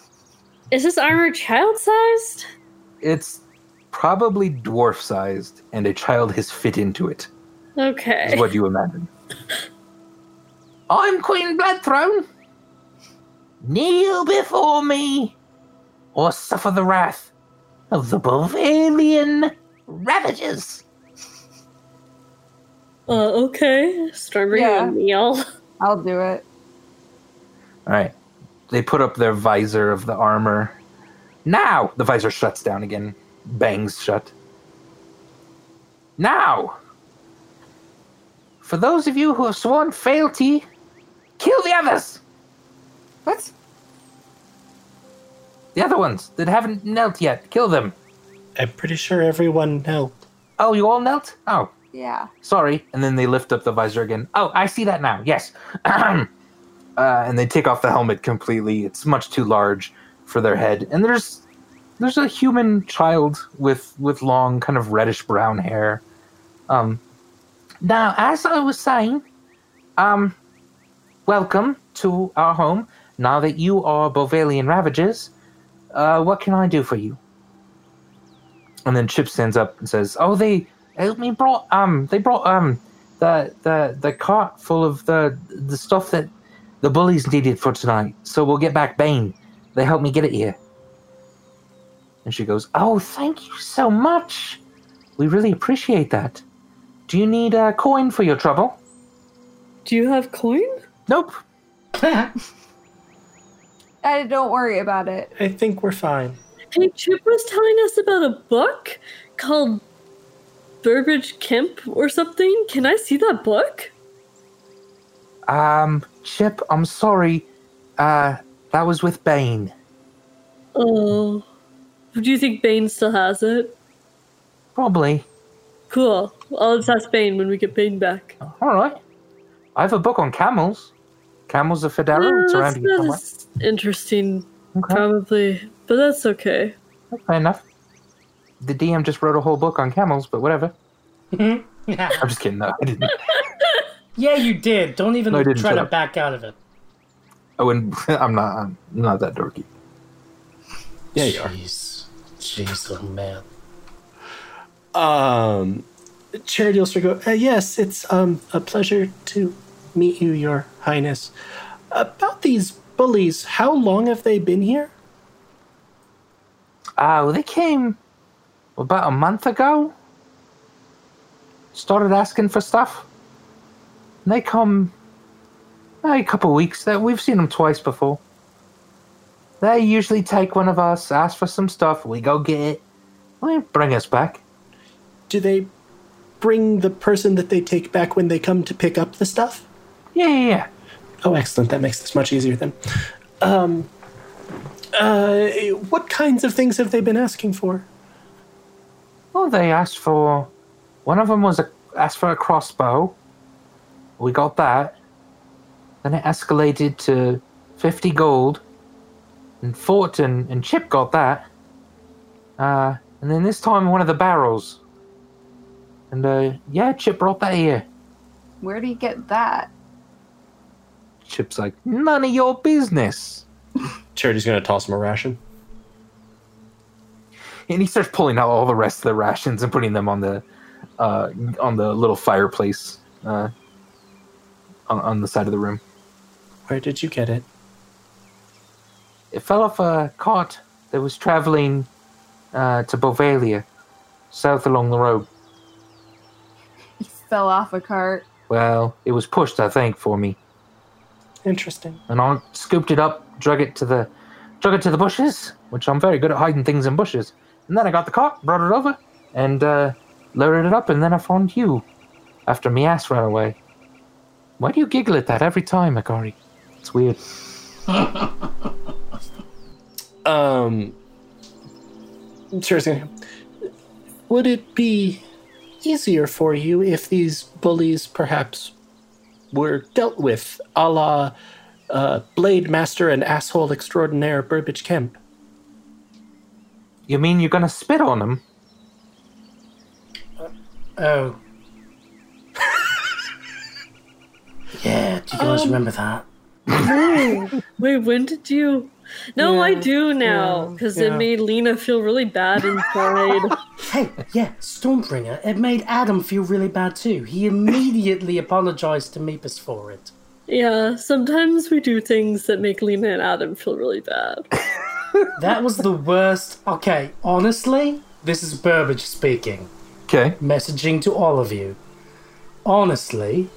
Speaker 5: Is this armor child sized?
Speaker 2: It's probably dwarf sized, and a child has fit into it. Is
Speaker 5: Okay.
Speaker 2: what you imagine. I'm Queen Bloodthrone. Kneel before me, or suffer the wrath of the Bovalian Ravagers.
Speaker 5: Uh, okay. Stormbringer
Speaker 3: Yeah.
Speaker 5: O'Neill.
Speaker 3: I'll do it.
Speaker 2: All right. They put up their visor of the armor. Now the visor shuts down again, bangs shut. Now, for those of you who have sworn fealty, kill the others.
Speaker 3: What?
Speaker 2: The other ones that haven't knelt yet, kill them.
Speaker 4: I'm pretty sure everyone helped.
Speaker 2: Oh, you all knelt? Oh,
Speaker 3: Yeah.
Speaker 2: sorry. And then they lift up the visor again. Oh, I see that now. Yes. uh, and they take off the helmet completely. It's much too large for their head. And there's there's a human child with with long kind of reddish brown hair. Um, now, as I was saying, um, welcome to our home. Now that you are Bovalian Ravagers, uh, what can I do for you? And then Chip stands up and says, "Oh, they helped me brought um they brought um the the the cart full of the the stuff that The bullies need it for tonight, so we'll get back Bane. They helped me get it here. And she goes, Oh, thank you so much. We really appreciate that. Do you need a coin for your trouble?
Speaker 5: Do you have coin?
Speaker 2: Nope.
Speaker 3: I Uh, don't worry about it.
Speaker 4: I think we're fine.
Speaker 5: Hey, Chip was telling us about a book called Burbage Kemp or something. Can I see that book?
Speaker 2: Um, Chip, I'm sorry. Uh, that was with Bane.
Speaker 5: Oh. Do you think Bane still has it?
Speaker 2: Probably.
Speaker 5: Cool. I'll just ask Bane when we get Bane back.
Speaker 2: All right. I have a book on camels. Camels of Federa.
Speaker 5: Uh,
Speaker 2: it's
Speaker 5: that's
Speaker 2: around here
Speaker 5: not
Speaker 2: somewhere.
Speaker 5: as interesting,
Speaker 2: Okay.
Speaker 5: probably, but that's okay.
Speaker 2: Fair enough. The DM just wrote a whole book on camels, but whatever.
Speaker 6: yeah.
Speaker 2: I'm just kidding. No, I didn't.
Speaker 6: yeah, you did. Don't even
Speaker 2: No, I didn't,
Speaker 6: try
Speaker 2: shut
Speaker 6: to
Speaker 2: up.
Speaker 6: back out of it.
Speaker 2: I wouldn't. I'm not. I'm not that dorky.
Speaker 4: Yeah, you are.
Speaker 6: Jeez. Jeez, oh man.
Speaker 4: Um, Charity will sort of go, uh, Yes, it's um, a pleasure to meet you, Your Highness. About these bullies, how long have they been here?
Speaker 2: Oh, they came about a month ago. Started asking for stuff. And they come eh, a couple weeks. That we've seen them twice before. They usually take one of us, ask for some stuff. We go get it. They bring us back.
Speaker 4: Do they bring the person that they take back when they come to pick up the stuff?
Speaker 2: Yeah, yeah, yeah.
Speaker 4: Oh, excellent. That makes this much easier then. Um, uh, what kinds of things have they been asking for?
Speaker 2: Well, they asked for. One of them was a, asked for a crossbow. We got that. Then it escalated to 50 gold. And Fortin and Chip got that. Uh, and then this time, one of the barrels. And uh, yeah, Chip brought that here.
Speaker 3: Where do you get that?
Speaker 2: Chip's like, none of your business.
Speaker 4: Charity's going to toss him a ration.
Speaker 2: And he starts pulling out all the rest of the rations and putting them on the uh, on the little fireplace uh, on, on the side of the room.
Speaker 4: Where did you get it?
Speaker 2: it fell off a cart that was traveling uh, to Bovalia, south along the road.
Speaker 3: He fell off a cart.
Speaker 2: Well, it was pushed, I think, for me,
Speaker 4: Interesting.
Speaker 2: and I scooped it up, drug it to the, drug it to the bushes, which I'm very good at hiding things in bushes. And then I got the cart, brought it over, and uh, loaded it up, and then I found you, after my ass ran away. Why do you giggle at that every time, Akari? It's weird.
Speaker 4: Um, Charity's going to Would it be easier for you if these bullies perhaps were dealt with a la uh, Blade Master and Asshole Extraordinaire Burbage Kemp?
Speaker 2: You mean you're gonna spit on them?
Speaker 6: Oh,
Speaker 8: Yeah, do you guys remember that?
Speaker 5: Wait, when did you? No, I do now because it
Speaker 4: yeah.
Speaker 5: made Lena feel really bad inside.
Speaker 6: Hey, yeah, Stormbringer. It made Adam feel really bad too. He immediately apologized to Meepus for it.
Speaker 5: yeah, sometimes we do things that make Lena and Adam feel really bad.
Speaker 6: That was the worst. Okay, honestly, this is Burbage speaking,
Speaker 2: Okay.
Speaker 6: messaging to all of you. Honestly,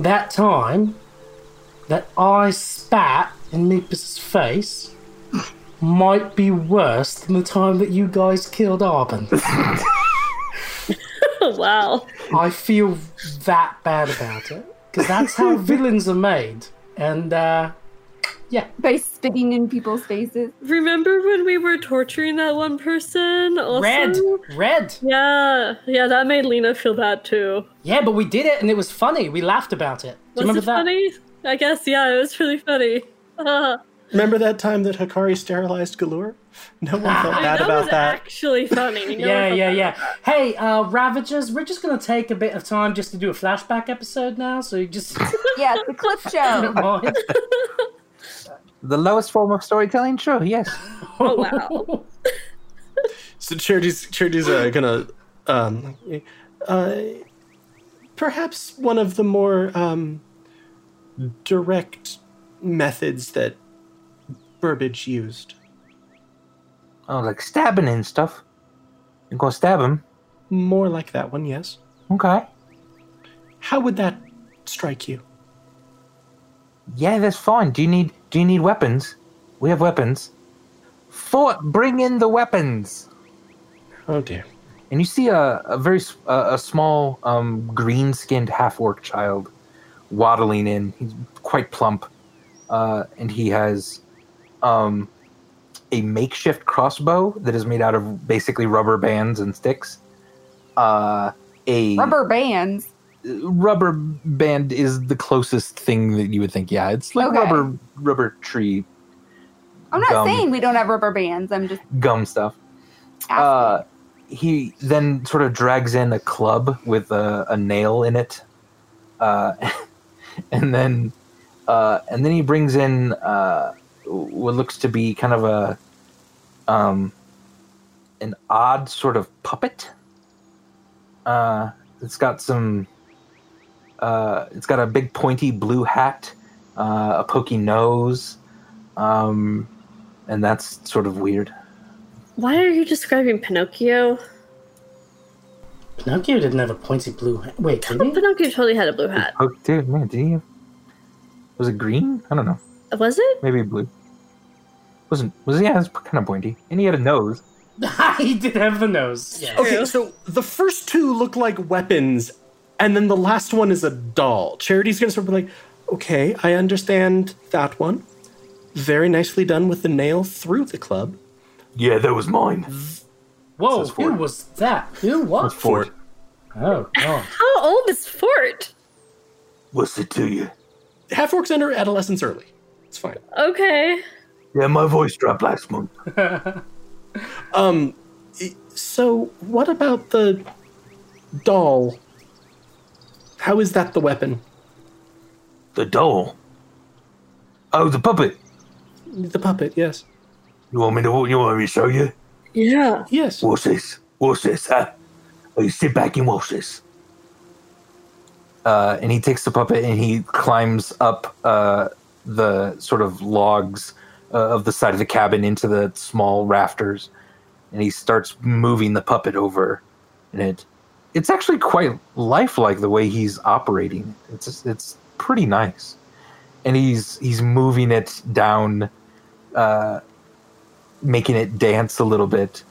Speaker 6: that time that I spat in Meepus's face might be worse than the time that you guys killed Arben.
Speaker 5: Oh, wow.
Speaker 6: I feel that bad about it because that's how villains are made. And uh,
Speaker 3: By spitting in people's faces.
Speaker 5: Remember when we were torturing that one person? Also?
Speaker 6: red, red.
Speaker 5: Yeah, yeah, that made Lena feel bad too.
Speaker 6: Yeah, but we did it, and it was funny. We laughed about it. Do you
Speaker 5: Was
Speaker 6: remember
Speaker 5: it
Speaker 6: that?
Speaker 5: funny? I guess yeah, it was really funny.
Speaker 4: Remember that time that Hikari sterilized Galore? No one felt bad
Speaker 5: that
Speaker 4: about
Speaker 5: was
Speaker 4: that.
Speaker 5: actually funny. Oh, No
Speaker 6: Yeah,
Speaker 5: one
Speaker 6: yeah,
Speaker 5: thought
Speaker 6: yeah. Hey, uh, Ravagers, we're just gonna take a bit of time just to do a flashback episode now. So you just
Speaker 3: Yeah, it's a clip show.
Speaker 6: don't mind.
Speaker 2: The lowest form of storytelling, sure, yes.
Speaker 5: Oh wow.
Speaker 4: So charities, charities are gonna, um, uh, perhaps one of the more um, direct
Speaker 9: methods that Burbage used.
Speaker 2: Oh, like stabbing and stuff. You gonna stab him?
Speaker 9: More like that one, yes.
Speaker 2: Okay.
Speaker 9: How would that strike you?
Speaker 2: Yeah, that's fine. Do you need Do you need weapons? We have weapons. For bring in the weapons.
Speaker 9: Oh dear.
Speaker 2: and you see a, a very s- a, a small um, green-skinned half-orc child waddling in he's quite plump uh, and he has um, a makeshift crossbow that is made out of basically rubber bands and sticks uh, a
Speaker 3: Rubber bands.
Speaker 2: rubber band is the closest thing that you would think yeah it's like
Speaker 3: Okay.
Speaker 2: rubber rubber tree
Speaker 3: I'm not
Speaker 2: Gum.
Speaker 3: saying we don't have rubber bands. I'm just
Speaker 2: gum stuff
Speaker 3: asking.
Speaker 2: uh, he then sort of drags in a club with a, a nail in it, uh, and then uh, and then he brings in uh, what looks to be kind of a um, an odd sort of puppet. Uh, it's got some. Uh, it's got a big pointy blue hat, uh, a pokey nose, um, and that's sort of weird.
Speaker 5: Why are you describing Pinocchio?
Speaker 6: Pinocchio didn't have a pointy blue hat. Wait, did he?
Speaker 5: Pinocchio totally had a blue hat.
Speaker 2: Oh, dude, man, did he? Was it green? I don't know.
Speaker 5: Was it?
Speaker 2: Maybe blue. Wasn't was yeah? It's kind of pointy, and he had a nose.
Speaker 6: he did have the nose. Yeah.
Speaker 4: Okay,
Speaker 5: True.
Speaker 4: so the first two look like weapons, and then the last one is a doll. Charity's gonna sort of be like, okay, I understand that one. Very nicely done with the nail through the club.
Speaker 2: Yeah, that was mine.
Speaker 6: Whoa,
Speaker 2: Says
Speaker 6: who
Speaker 2: Ford.
Speaker 6: was that? Who was?
Speaker 2: Fort,
Speaker 6: Oh, God.
Speaker 5: How old is Fort?
Speaker 2: what's it to you?
Speaker 4: Half orcs enter adolescence early. It's fine.
Speaker 5: Okay.
Speaker 2: Yeah, my voice dropped last month.
Speaker 4: Um, i- so what about the doll? How is that the weapon?
Speaker 2: The doll. Oh, the puppet.
Speaker 4: The puppet, yes.
Speaker 2: You want me to? You want me to show you?
Speaker 5: Yeah.
Speaker 4: Yes.
Speaker 2: What's this? What's this? Huh? Oh, you sit back and watch this. Uh, and he takes the puppet and he climbs up uh, the sort of logs uh, of the side of the cabin into the small rafters, and he starts moving the puppet over. And it, it's actually quite lifelike the way he's operating. It's it's pretty nice, and he's he's moving it down, uh, making it dance a little bit.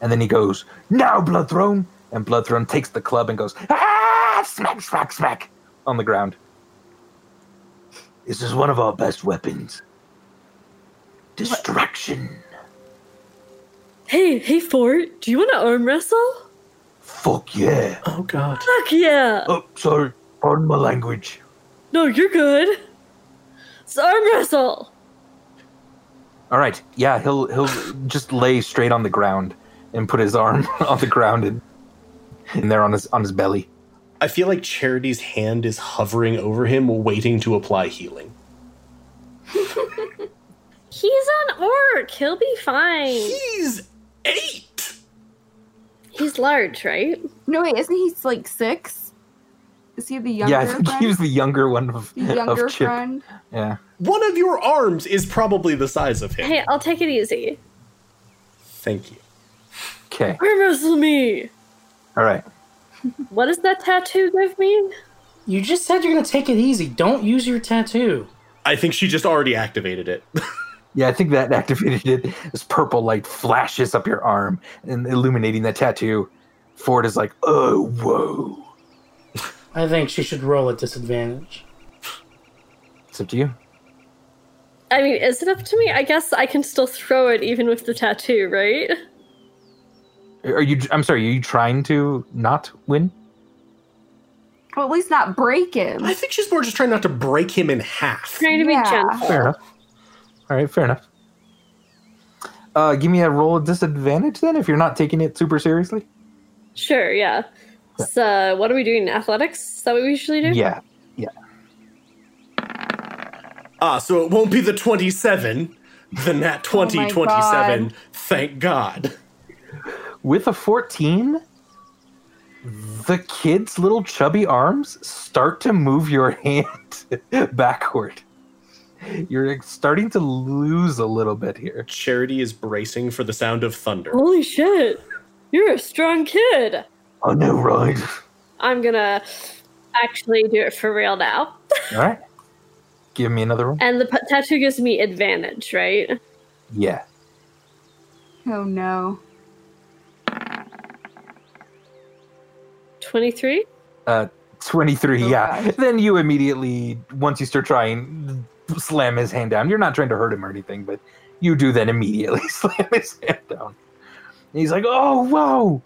Speaker 2: And then he goes, Now, Bloodthrone! And Bloodthrone takes the club and goes, Ah! Smack, smack, smack! On the ground. This is one of our best weapons. Distraction.
Speaker 5: Hey, hey, Fort, do you want to arm wrestle?
Speaker 2: Fuck yeah.
Speaker 4: Oh god.
Speaker 5: Fuck yeah.
Speaker 2: Oh, sorry. Pardon my language.
Speaker 5: No, you're good. It's arm wrestle.
Speaker 2: All right. Yeah, he'll he'll just lay straight on the ground and put his arm on the ground and, and there on his on his belly.
Speaker 4: I feel like Charity's hand is hovering over him, waiting to apply healing.
Speaker 5: He's an orc. He'll be fine.
Speaker 4: He's eight!
Speaker 5: He's large, right?
Speaker 3: no, wait, isn't he like six? Is he the younger
Speaker 2: yeah, I think
Speaker 3: friend?
Speaker 2: he was the younger one of,
Speaker 3: the younger
Speaker 2: of Chip.
Speaker 3: friend.
Speaker 2: Yeah.
Speaker 4: One of your arms is probably the size of him.
Speaker 5: Hey, I'll take it easy.
Speaker 4: Thank you.
Speaker 2: Okay.
Speaker 5: Arm wrestle me.
Speaker 2: All right.
Speaker 5: What does that tattoo give me?
Speaker 6: You just said you're going to take it easy. Don't use your tattoo.
Speaker 4: I think she just already activated it.
Speaker 2: Yeah, I think that activated it. This purple light flashes up your arm and illuminating that tattoo. Ford is like, oh, whoa.
Speaker 6: I think she should roll at disadvantage.
Speaker 2: It's up to you.
Speaker 5: I mean, is it up to me? I guess I can still throw it even with the tattoo, right?
Speaker 2: Are you, I'm sorry, are you trying to not win?
Speaker 3: Well, at least not break him.
Speaker 4: I think she's more just trying not to break him in half.
Speaker 5: Trying to
Speaker 3: Yeah.
Speaker 5: be gentle.
Speaker 2: Fair enough. All right, fair enough. Uh, give me a roll of disadvantage then if you're not taking it super seriously.
Speaker 5: Sure, yeah. So, what are we doing? Athletics? Is that what we usually do?
Speaker 2: Yeah.
Speaker 4: Ah, so it won't be the 27, the nat 20,
Speaker 3: my
Speaker 4: 27. Thank God.
Speaker 2: With a 14, the kid's little chubby arms start to move your hand backward. You're starting to lose a little bit here.
Speaker 4: Charity is bracing for the sound of thunder.
Speaker 5: Holy shit! You're a strong kid.
Speaker 2: I know, right?
Speaker 5: I'm gonna actually do it for real now.
Speaker 2: All right. Give me another roll.
Speaker 5: And the p- tattoo gives me advantage, right?
Speaker 2: Yeah.
Speaker 3: Oh no.
Speaker 5: 23?
Speaker 2: Uh, 23,
Speaker 3: Oh,
Speaker 2: yeah.
Speaker 3: gosh.
Speaker 2: Then you immediately, once you start trying, slam his hand down. You're not trying to hurt him or anything, but you do then immediately slam his hand down. And he's like, oh, wow.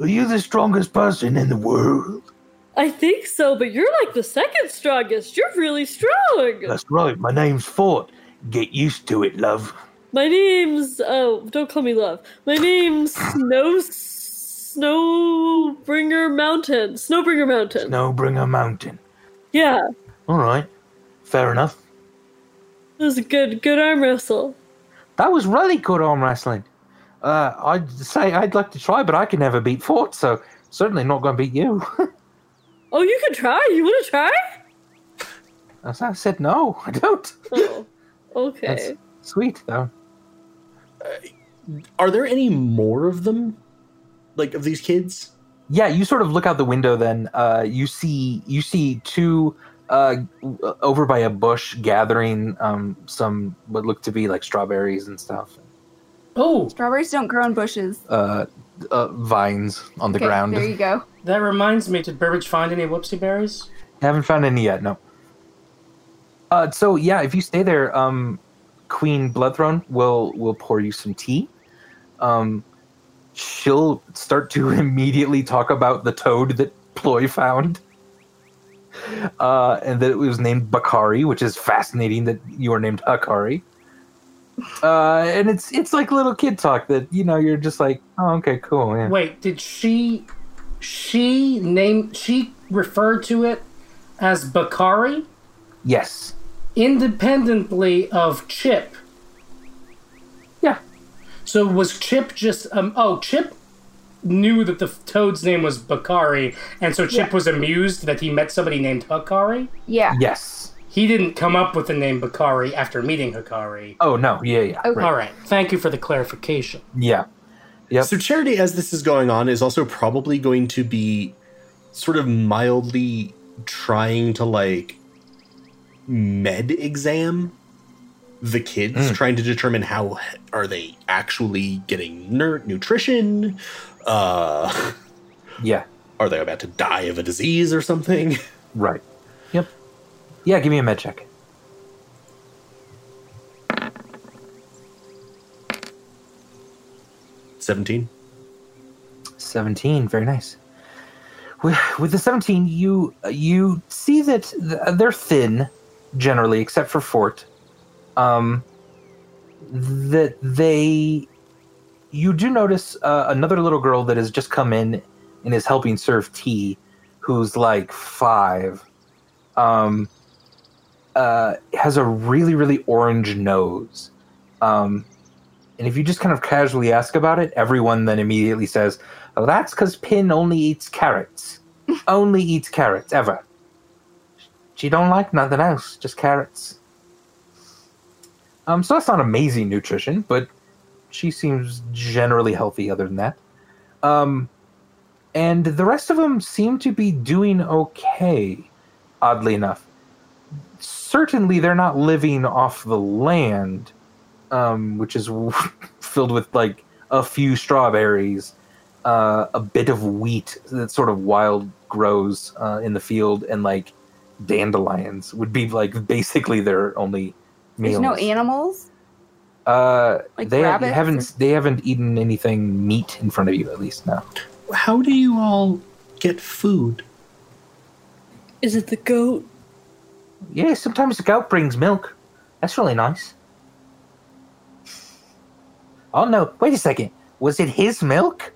Speaker 2: Are you the strongest person in the world?
Speaker 5: I think so, but you're like the second strongest. You're really strong.
Speaker 2: That's right. My name's Fort. Get used to it, love.
Speaker 5: My name's oh, don't call me love. My name's Snow Snowbringer Mountain. Snowbringer Mountain.
Speaker 2: Snowbringer Mountain.
Speaker 5: Yeah,
Speaker 2: All right. Fair enough.
Speaker 5: it was a good good arm wrestle.
Speaker 2: That was really good arm wrestling. Uh, I'd say I'd like to try, but I can never beat Fort, so certainly not going to beat you.
Speaker 5: Oh, you can try. You want to try?
Speaker 2: I s- I said no, I don't.
Speaker 5: Oh, okay.
Speaker 2: That's sweet though.
Speaker 4: Are there any more of them? Like of these kids?
Speaker 2: Yeah, you sort of look out the window. Then uh, you see you see two uh, w- over by a bush gathering um, some what look to be like strawberries and stuff,
Speaker 6: Oh,
Speaker 3: Strawberries don't grow on bushes.
Speaker 2: uh, uh, vines on the
Speaker 3: Okay,
Speaker 2: ground.
Speaker 3: There you go.
Speaker 6: that reminds me. Did Burbage find any whoopsie berries?
Speaker 2: Haven't found any yet. No. Uh, so yeah, if you stay there, um, Queen Bloodthrone will will pour you some tea. Um, she'll start to immediately talk about the toad that Ploy found, uh, and that it was named Bakari, which is fascinating that you are named Akari. Uh, and it's it's like little kid talk that you know you're just like oh okay cool yeah.
Speaker 6: Wait, did she? She name? She referred to it as Bakari,
Speaker 2: yes
Speaker 6: independently of Chip.
Speaker 2: yeah
Speaker 6: So was Chip just um oh Chip knew that the f- toad's name was Bakari and so Chip was amused that he met somebody named Hikari.
Speaker 3: Yeah.
Speaker 2: yes
Speaker 6: He didn't come up with the name Bakari after meeting Hikari.
Speaker 2: oh no yeah yeah
Speaker 3: Okay.
Speaker 6: All right. Thank you for the clarification.
Speaker 2: yeah Yep.
Speaker 4: So Charity, as this is going on, is also probably going to be sort of mildly trying to like med exam the kids,
Speaker 2: Mm.
Speaker 4: trying to determine how h- are they actually getting ner- nutrition. Uh,
Speaker 2: yeah
Speaker 4: are they about to die of a disease or something?
Speaker 2: Right. Yep. Yeah, give me a med check.
Speaker 4: Seventeen.
Speaker 2: 17, very nice. With, with the 17, you you see that th- they're thin generally except for Fort. Um that they you do notice uh, another little girl that has just come in and is helping serve tea who's like 5. Um uh has a really really orange nose. Um and if you just kind of casually ask about it, everyone then immediately says, Oh, that's because Pin only eats carrots. only eats carrots, ever. She don't like nothing else, just carrots. Um, so that's not amazing nutrition, but she seems generally healthy other than that. Um, and the rest of them seem to be doing okay, oddly enough. Certainly, they're not living off the land, um, which is filled with like a few strawberries uh, a bit of wheat that sort of wild grows uh, in the field and like dandelions would be like basically their only
Speaker 3: There's
Speaker 2: meals.
Speaker 3: no animals.
Speaker 2: Uh,
Speaker 3: like
Speaker 2: they
Speaker 3: rabbits
Speaker 2: haven't they haven't eaten anything meat in front of you at least now.
Speaker 9: How do you all get food?
Speaker 5: Is it the goat?
Speaker 2: Yeah, sometimes the goat brings milk. That's really nice. Oh no, wait a second. Was it his milk?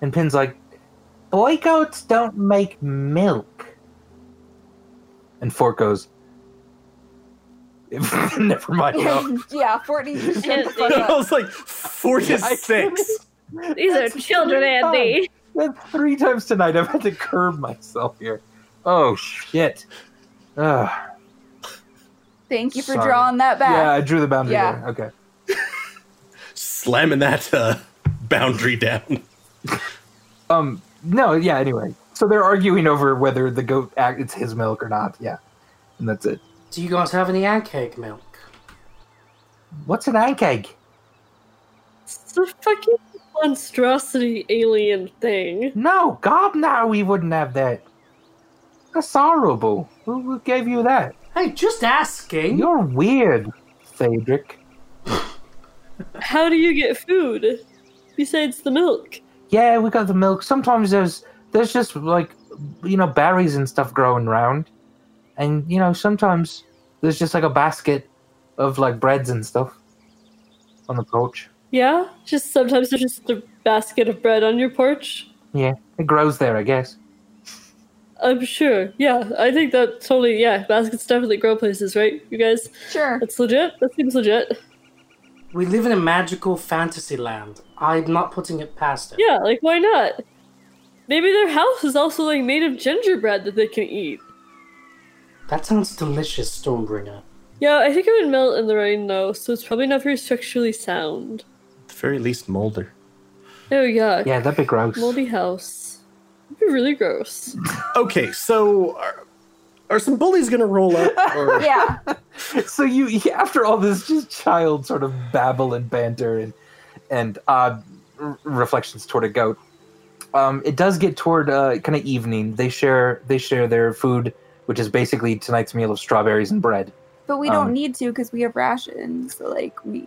Speaker 2: And Pin's like, Boy goats don't make milk. And Fort goes, Never mind. No.
Speaker 3: yeah, Fortney. just shut the fuck
Speaker 4: I
Speaker 3: up.
Speaker 4: was like, forty-six.
Speaker 5: These are children, Andy.
Speaker 2: That's three times tonight. I've had to curb myself here. Oh shit. Ugh.
Speaker 3: Thank you for
Speaker 2: Sorry.
Speaker 3: drawing that
Speaker 2: Yeah,
Speaker 3: back.
Speaker 2: I drew the boundary
Speaker 3: Yeah.
Speaker 2: there. Okay.
Speaker 4: Slamming that uh, boundary down.
Speaker 2: Um. No. Yeah. Anyway, so they're arguing over whether the goat act it's his milk or not. Yeah, and that's it.
Speaker 6: Do you guys have any ancake milk?
Speaker 2: What's an egg egg?
Speaker 5: It's a fucking monstrosity alien thing.
Speaker 2: No, God, no, we wouldn't have that. That's horrible. Who, who gave you that?
Speaker 6: Hey, just asking.
Speaker 2: You're weird, Cedric.
Speaker 5: How do you get food besides the milk?
Speaker 2: Yeah, we got the milk. Sometimes there's there's just like you know berries and stuff growing around, and you know sometimes there's just like a basket of like breads and stuff on the porch.
Speaker 5: Yeah, just sometimes there's just a basket of bread on your porch.
Speaker 2: Yeah, it grows there, I guess.
Speaker 5: I'm sure. Yeah, I think that totally. Yeah, baskets definitely grow places, right? You guys,
Speaker 3: Sure.
Speaker 5: that's legit. That seems legit.
Speaker 6: We live in a magical fantasy land. I'm not putting it past it.
Speaker 5: Yeah, like why not? Maybe their house is also like made of gingerbread that they can eat.
Speaker 6: That sounds delicious, Stormbringer.
Speaker 5: Yeah, I think it would melt in the rain though, so it's probably not very structurally sound.
Speaker 4: At the very least, Molder.
Speaker 5: Oh yeah,
Speaker 2: Yeah, that'd be gross.
Speaker 5: moldy house. It'd be really gross.
Speaker 4: Okay, so are, are some bullies gonna roll up? Or...
Speaker 3: Yeah.
Speaker 2: So you, you- after all this, just child sort of babble and banter and and odd r- reflections toward a goat. Um, it does get toward uh, kind of evening. They share they share their food, which is basically tonight's meal of strawberries and bread.
Speaker 3: But we don't
Speaker 2: Um,
Speaker 3: need to because we have rations. So like we.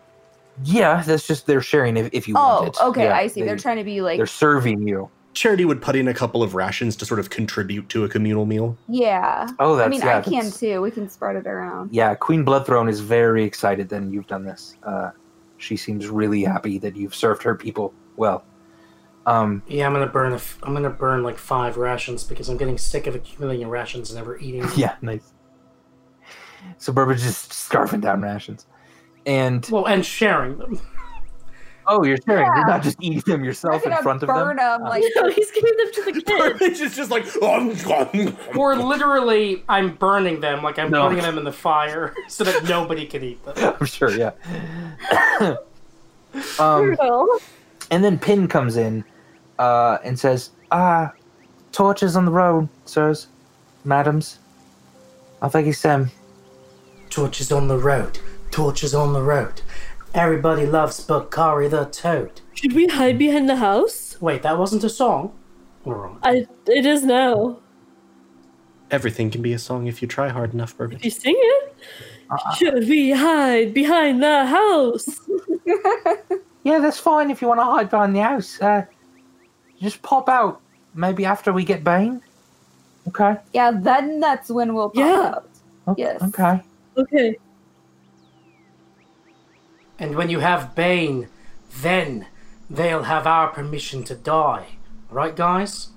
Speaker 2: Yeah, that's just they're sharing if, if you
Speaker 3: Oh,
Speaker 2: want it.
Speaker 3: okay.
Speaker 2: Yeah,
Speaker 3: I see. They, are
Speaker 2: they-
Speaker 3: trying to be like.
Speaker 2: they're serving you.
Speaker 4: Charity would put in a couple of rations to sort of contribute to a communal meal.
Speaker 3: Yeah.
Speaker 2: Oh, that's
Speaker 3: I mean,
Speaker 2: yeah,
Speaker 3: I can
Speaker 2: that's-
Speaker 3: too. We can spread it around.
Speaker 2: Yeah, Queen Bloodthrone is very excited that you've done this. Uh, she seems really happy that you've served her people well. Um,
Speaker 6: Yeah, I'm gonna burn. A f- I'm gonna burn like five rations because I'm getting sick of accumulating rations and never eating.
Speaker 2: yeah, nice. So Burbage is scarfing down rations, and
Speaker 6: Well, and sharing them.
Speaker 2: oh, you're sharing. You're not just eating them yourself in
Speaker 3: gonna
Speaker 2: front of
Speaker 3: burn
Speaker 2: them.
Speaker 3: them. like
Speaker 5: no, he's giving them to the kids.
Speaker 4: It's just, just like "Um,
Speaker 6: Or literally, I'm burning them like I'm
Speaker 2: No.
Speaker 6: putting them in the fire so that nobody can eat them.
Speaker 2: I'm sure. Yeah. um,
Speaker 5: Well,
Speaker 2: And then Pin comes in uh, and says, Ah, torches on the road, sirs, madams. I think it's them.
Speaker 6: Torches on the road. Torches on the road. Everybody loves Bakari the Toad.
Speaker 5: Should we hide behind the house?
Speaker 6: Wait, that wasn't a song. All right.
Speaker 5: I. It is now.
Speaker 4: Everything can be a song if you try hard enough, Burbage.
Speaker 5: You sing it. Should we hide behind the house?
Speaker 2: Yeah, that's fine if you want to hide behind the house. Uh, just pop out maybe after we get Bane. Okay.
Speaker 3: yeah. Then that's when we'll pop
Speaker 5: Yeah.
Speaker 3: out.
Speaker 2: o-
Speaker 3: Yes.
Speaker 2: Okay.
Speaker 5: Okay.
Speaker 6: And when you have Bane, then they'll have our permission to die. Right, guys?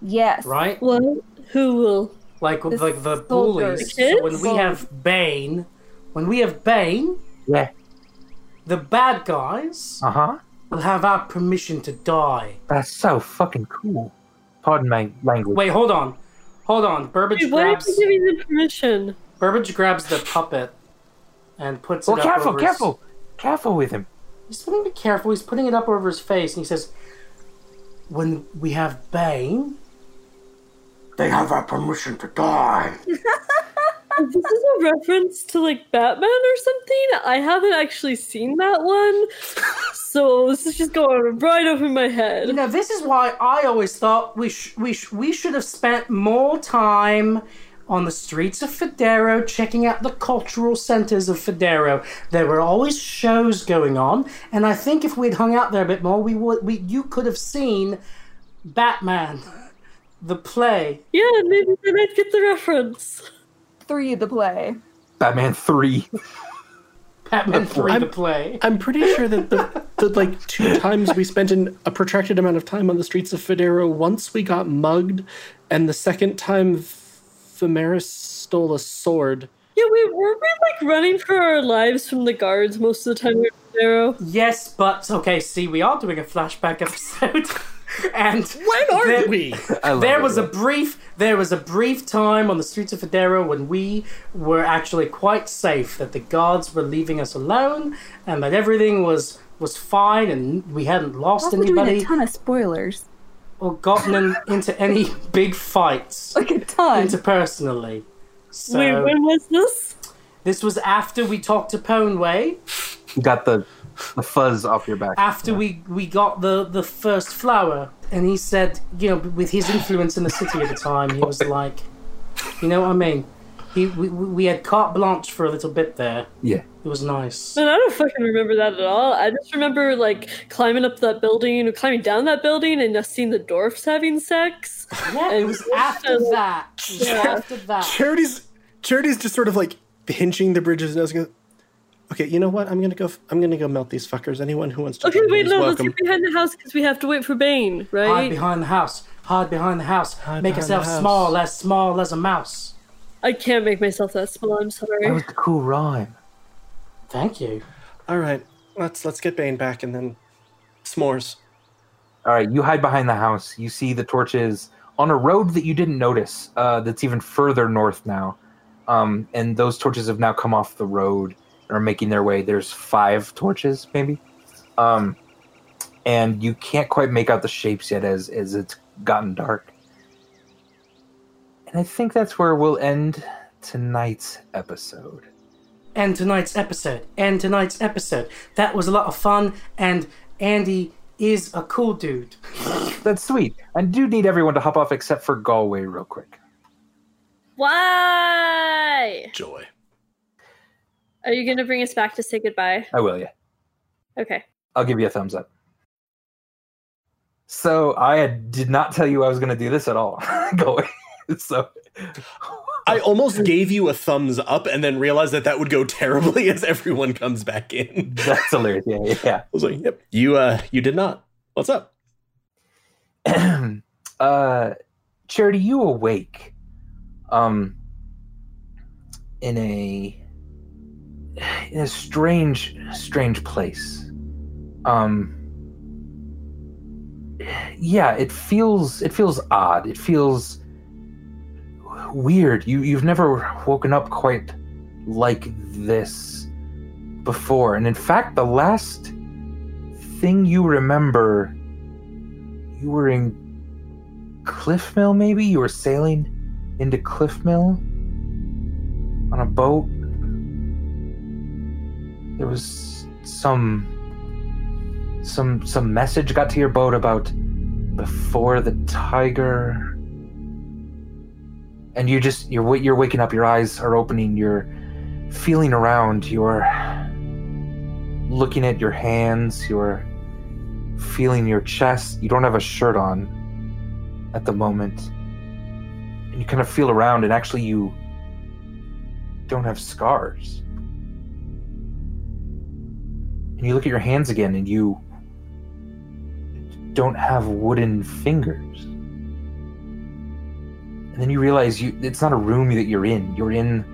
Speaker 3: Yes.
Speaker 6: Right?
Speaker 5: Well, who will?
Speaker 6: Like
Speaker 3: The
Speaker 6: like the
Speaker 3: soldiers.
Speaker 6: bullies.
Speaker 5: The
Speaker 6: So when
Speaker 5: kids?
Speaker 6: we have Bane, when we have Bane,
Speaker 2: Yeah.
Speaker 6: the bad guys
Speaker 2: Uh huh.
Speaker 6: will have our permission to die.
Speaker 2: That's so fucking cool. Pardon my language.
Speaker 6: Wait, hold on. Hold on. Burbage
Speaker 5: Wait, why are
Speaker 6: grabs
Speaker 5: you giving them permission?
Speaker 6: Burbage grabs the puppet and puts
Speaker 2: well,
Speaker 6: it up
Speaker 2: Oh, careful,
Speaker 6: over his-
Speaker 2: careful. Careful with him.
Speaker 6: He's going to be careful. He's putting it up over his face, and he says, "When we have Bane, they have our permission to die."
Speaker 5: This is a reference to like Batman or something. I haven't actually seen that one, so this is just going right over my
Speaker 6: You
Speaker 5: head.
Speaker 6: know, this is why I always thought we sh- we sh- we should have spent more time on the streets of Federo checking out the cultural centers of Federo. There were always shows going on, and I think if we'd hung out there a bit more, we would we you could have seen Batman, the play.
Speaker 5: Yeah, maybe they might get the reference.
Speaker 3: Three the play.
Speaker 2: Batman 3.
Speaker 6: Batman 3 the
Speaker 4: I'm-
Speaker 6: play.
Speaker 4: I'm pretty sure that the, the like two times we spent in a protracted amount of time on the streets of Federo, once we got mugged, and the second time Famaris stole a sword.
Speaker 5: Yeah, we were we like running for our lives from the guards most of the time we were in Arrow.
Speaker 6: Yes, but okay, see, we are doing a flashback episode. and
Speaker 4: When are
Speaker 6: there,
Speaker 4: we?
Speaker 2: I love
Speaker 6: there
Speaker 2: it.
Speaker 6: was a brief there was a brief time on the streets of Federa when we were actually quite safe that the guards were leaving us alone and that everything was was fine and we hadn't lost
Speaker 3: Also doing a
Speaker 6: anybody
Speaker 3: ton of spoilers.
Speaker 6: or gotten in, into any big fights
Speaker 3: Like a ton.
Speaker 6: interpersonally. So
Speaker 5: Wait, when was this?
Speaker 6: this was after we talked to Poneway,
Speaker 2: You got the the fuzz off your back.
Speaker 6: after we we got the the first flower, and he said, you know, with his influence in the city at the time, he was like, you know what I mean? He we, we we had carte blanche for a little bit there.
Speaker 2: Yeah.
Speaker 6: It was nice.
Speaker 5: Man, I don't fucking remember that at all. I just remember like climbing up that building, climbing down that building, and just seeing the dwarfs having sex.
Speaker 6: Yeah, it was after that. It was
Speaker 5: Yeah.
Speaker 6: after that.
Speaker 4: Charity's Charity's just sort of like hinging the bridge's nose. and Goes, okay, you know what? I'm gonna go. f- I'm gonna go melt these fuckers. Anyone who wants to
Speaker 5: Okay,
Speaker 4: join me
Speaker 5: wait,
Speaker 4: is
Speaker 5: no, let's
Speaker 4: welcome.
Speaker 5: get behind the house because we have to wait for Bane,
Speaker 6: Hide
Speaker 5: right?
Speaker 6: behind the house. Hide behind the house. Make
Speaker 4: behind the
Speaker 6: yourself
Speaker 4: house.
Speaker 6: small, as small as a mouse.
Speaker 5: I can't make myself that small. I'm
Speaker 2: That
Speaker 5: sorry.
Speaker 2: was a cool rhyme.
Speaker 6: Thank you.
Speaker 4: All right, let's let's get Bane back and then s'mores.
Speaker 2: All right, you hide behind the house. You see the torches on a road that you didn't notice. Uh, that's even further north now, um, and those torches have now come off the road and are making their way. There's five torches, maybe, um, and you can't quite make out the shapes yet as as it's gotten dark. And I think that's where we'll end tonight's episode.
Speaker 6: end tonight's episode. End tonight's episode. That was a lot of fun, and Andy is a cool dude.
Speaker 2: That's sweet. I do need everyone to hop off except for Galway real quick.
Speaker 5: Why?
Speaker 4: Joy.
Speaker 5: Are you gonna bring us back to say goodbye?
Speaker 2: I will, yeah.
Speaker 5: Okay.
Speaker 2: I'll give you a thumbs up. So I had- did not tell you I was going to do this at all. Galway. so
Speaker 5: Uh,
Speaker 4: I almost gave you a thumbs up and then realized that that would go terribly as everyone comes back in. I
Speaker 2: that's hilarious. Yeah, yeah, yeah.
Speaker 4: was like, yep, you uh, you did not. What's up?
Speaker 2: uh, Charity, you awake, um, in a in a strange, strange place. Um, yeah, it feels it feels odd. It feels weird. You you've never woken up quite like this before, and in fact, the last thing you remember, you were in Cliff Mill, maybe? You were sailing into Cliff Mill on a boat. There was some some some message got to your boat about before the tiger and you just you're wa- you're waking up your eyes are opening you're feeling around you're looking at your hands you're feeling your chest you don't have a shirt on at the moment. And you kind of feel around, and actually, you don't have scars. And you look at your hands again, and you don't have wooden fingers. And then you realize you, it's not a room that you're in. You're in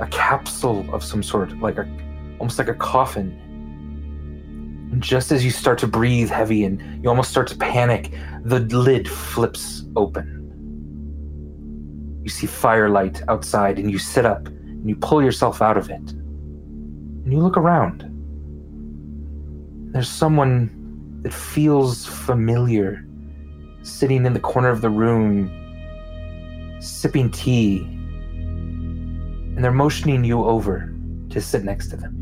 Speaker 2: a capsule of some sort, like a almost like a coffin. And just as you start to breathe heavy and you almost start to panic, the lid flips open. You see firelight outside, and you sit up and you pull yourself out of it. And you look around. There's someone that feels familiar sitting in the corner of the room, sipping tea, and they're motioning you over to sit next to them.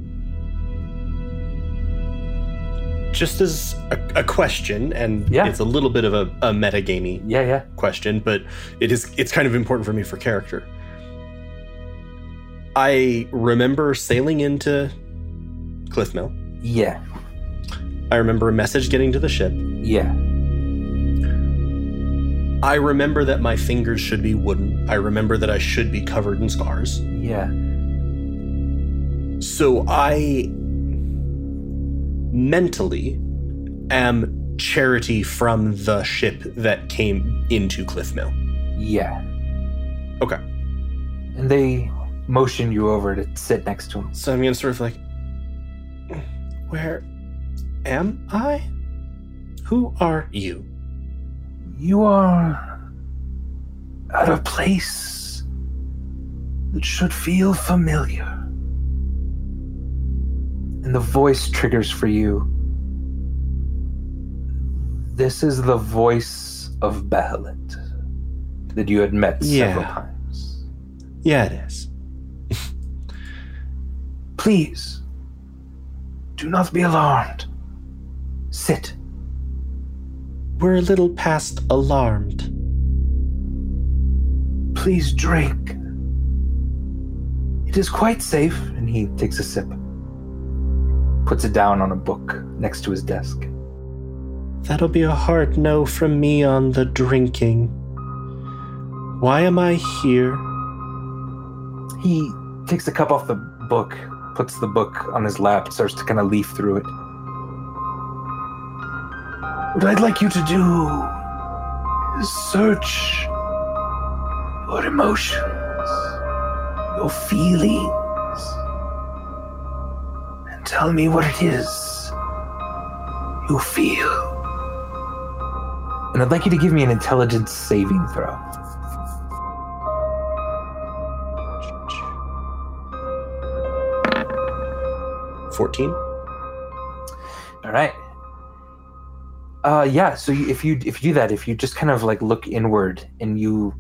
Speaker 4: Just as a, a question, and
Speaker 2: Yeah.
Speaker 4: it's a little bit of a, a metagamey
Speaker 2: Yeah, yeah.
Speaker 4: question, but it is it's kind of important for me for character. I remember sailing into Cliff Mill.
Speaker 2: Yeah,
Speaker 4: I remember a message getting to the ship.
Speaker 2: yeah.
Speaker 4: I remember that my fingers should be wooden. I remember that I should be covered in scars.
Speaker 2: Yeah.
Speaker 4: So I mentally am charity from the ship that came into Cliff Mill.
Speaker 2: Yeah.
Speaker 4: Okay.
Speaker 2: And they motion you over to sit next to him.
Speaker 4: So I'm gonna sort of like, where am I? Who are you?
Speaker 2: You are at a place that should feel familiar. And the voice triggers for you. This is the voice of Behelit that you had met several
Speaker 9: Yeah.
Speaker 2: times.
Speaker 9: Yeah, it is.
Speaker 2: Please, do not be alarmed. Sit.
Speaker 9: We're a little past alarmed.
Speaker 2: Please drink. It is quite safe. And he takes a sip, puts it down on a book next to his desk.
Speaker 9: That'll be a hard no from me on the drinking. Why am I here?
Speaker 2: He takes the cup off the book, puts the book on his lap, starts to kind of leaf through it. What I'd like you to do is search your emotions, your feelings, and tell me what it is you feel. And I'd like you to give me an intelligence saving throw.
Speaker 9: Fourteen.
Speaker 2: All right. Uh, yeah. So you, if you if you do that, if you just kind of like look inward and you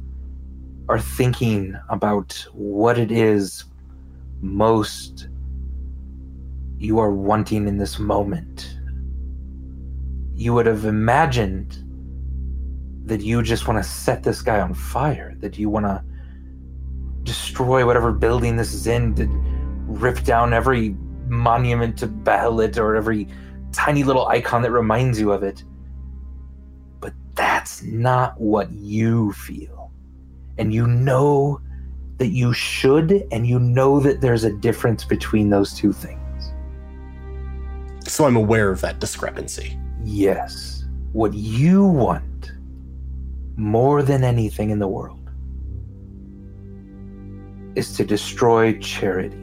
Speaker 2: are thinking about what it is most you are wanting in this moment, you would have imagined that you just want to set this guy on fire, that you want to destroy whatever building this is in, to rip down every monument to Bahelit or every tiny little icon that reminds you of it. But that's not what you feel. And you know that you should, and you know that there's a difference between those two things.
Speaker 4: So I'm aware of that discrepancy.
Speaker 2: Yes, what you want more than anything in the world is to destroy charity,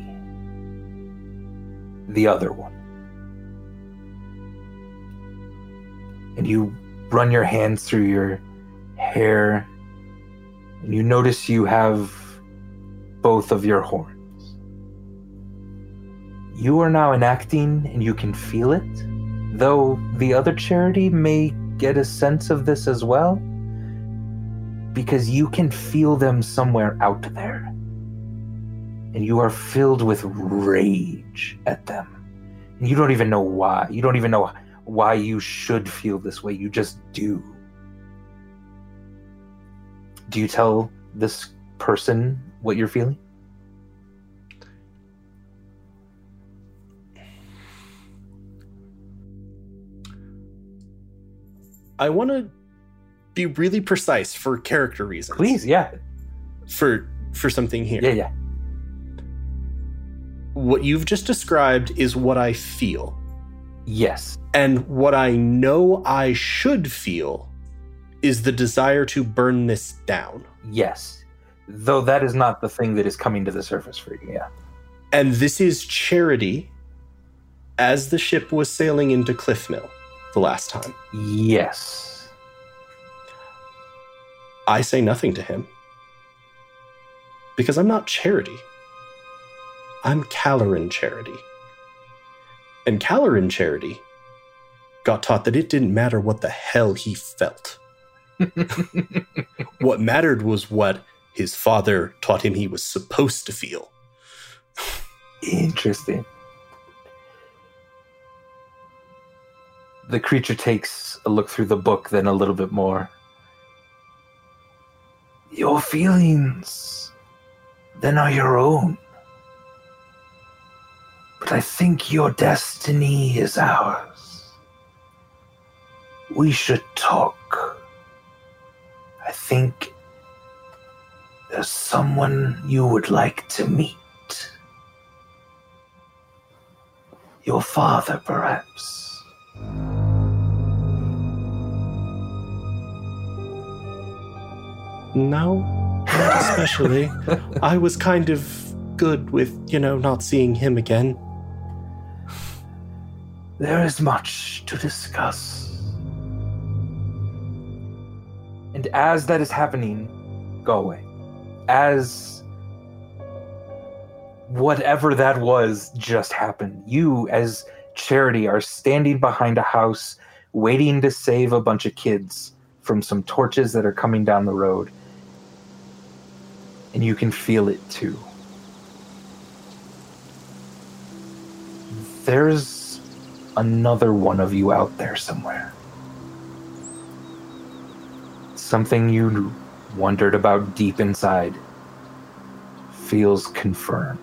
Speaker 2: the other one. And you run your hands through your hair, and you notice you have both of your horns. You are now enacting, and you can feel it though the other charity may get a sense of this as well, because you can feel them somewhere out there. And you are filled with rage at them. And you don't even know why. You don't even know why you should feel this way. You just do. Do you tell this person what you're feeling?
Speaker 4: I want to be really precise for character reasons.
Speaker 2: Please, yeah.
Speaker 4: For for something here.
Speaker 2: Yeah, yeah.
Speaker 4: What you've just described is what I feel.
Speaker 2: Yes.
Speaker 4: And what I know I should feel is the desire to burn this down.
Speaker 2: Yes. Though that is not the thing that is coming to the surface for you, yeah.
Speaker 4: And this is charity as the ship was sailing into Cliffmill the last time.
Speaker 2: Yes.
Speaker 4: I say nothing to him because I'm not charity. I'm Caloran charity. And Caloran charity got taught that it didn't matter what the hell he felt. what mattered was what his father taught him he was supposed to feel.
Speaker 2: Interesting. The creature takes a look through the book, then a little bit more. Your feelings, then, are your own. But I think your destiny is ours. We should talk. I think there's someone you would like to meet. Your father, perhaps.
Speaker 9: No, not especially. I was kind of good with, you know, not seeing him again.
Speaker 2: There is much to discuss. And as that is happening, go away. As whatever that was just happened, you as charity are standing behind a house waiting to save a bunch of kids from some torches that are coming down the road. And you can feel it too. There's another one of you out there somewhere. Something you wondered about deep inside feels confirmed.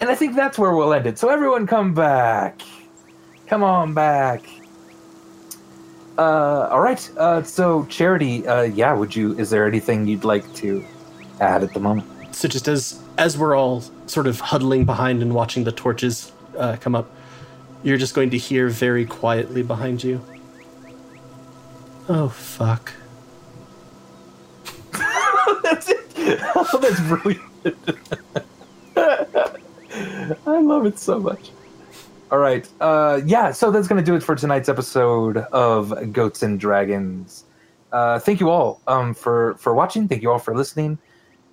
Speaker 2: And I think that's where we'll end it. So everyone come back. Come on back. Uh, all right. Uh, so charity. Uh, yeah. Would you? Is there anything you'd like to add at the moment?
Speaker 9: So just as as we're all sort of huddling behind and watching the torches uh, come up, you're just going to hear very quietly behind you. Oh fuck!
Speaker 2: that's it. Oh, that's brilliant. I love it so much. All right. Uh, yeah, so that's going to do it for tonight's episode of Goats and Dragons. Uh, thank you all um, for, for watching. Thank you all for listening.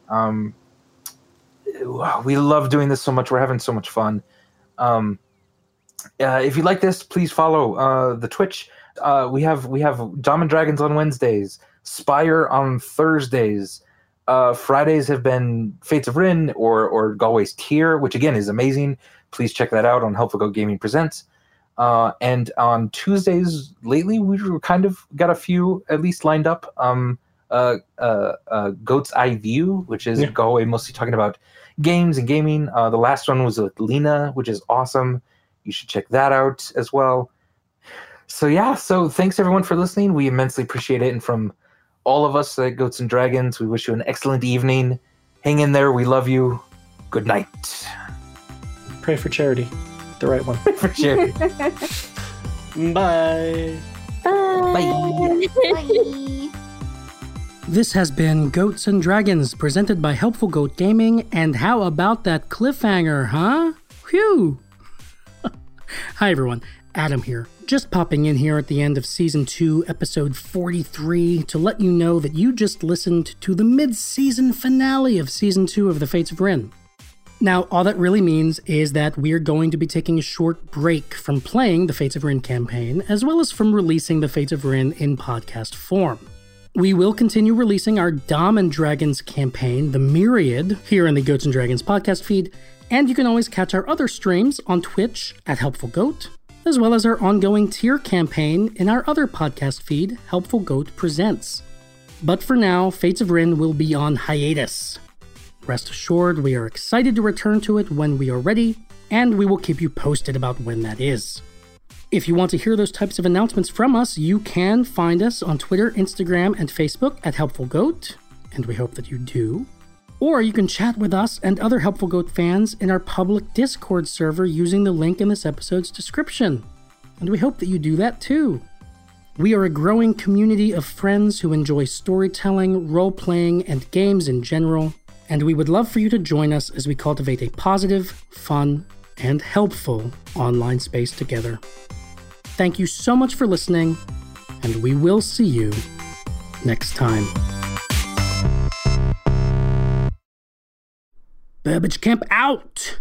Speaker 2: Um, we love doing this so much. We're having so much fun. Um, uh, if you like this, please follow uh, the Twitch. Uh, we have we have Dom and Dragons on Wednesdays, Spire on Thursdays. Uh, Fridays have been Fates of Rin or or Galway's Tear, which again is amazing. Please check that out on Helpful Go Gaming Presents. Uh, and on Tuesdays lately, we were kind of got a few at least lined up. Um, uh, uh, uh, Goat's Eye View, which is Galway mostly talking about games and gaming. Uh, the last one was with Lena, which is awesome. You should check that out as well. So yeah, so thanks everyone for listening. We immensely appreciate it, and from all of us at Goats and Dragons, we wish you an excellent evening. Hang in there. We love you. Good night.
Speaker 9: Pray for charity, the right one.
Speaker 2: For charity.
Speaker 9: Bye.
Speaker 7: Bye.
Speaker 5: Bye.
Speaker 1: This has been Goats and Dragons, presented by Helpful Goat Gaming. And how about that cliffhanger, huh? Phew! Hi, everyone. Adam here. Just popping in here at the end of season 2, episode 43, to let you know that you just listened to the mid season finale of season 2 of The Fates of Rin. Now, all that really means is that we're going to be taking a short break from playing the Fates of Rin campaign, as well as from releasing the Fates of Rin in podcast form. We will continue releasing our Dom and Dragons campaign, The Myriad, here in the Goats and Dragons podcast feed, and you can always catch our other streams on Twitch at Helpful Goat, as well as our ongoing tier campaign in our other podcast feed, Helpful Goat Presents. But for now, Fates of Rin will be on hiatus. Rest assured, we are excited to return to it when we are ready, and we will keep you posted about when that is. If you want to hear those types of announcements from us, you can find us on Twitter, Instagram, and Facebook at Helpful Goat, and we hope that you do. Or you can chat with us and other Helpful Goat fans in our public Discord server using the link in this episode's description. And we hope that you do that too. We are a growing community of friends who enjoy storytelling, role playing, and games in general, and we would love for you to join us as we cultivate a positive, fun, and helpful online space together. Thank you so much for listening, and we will see you next time. Burbage Camp out!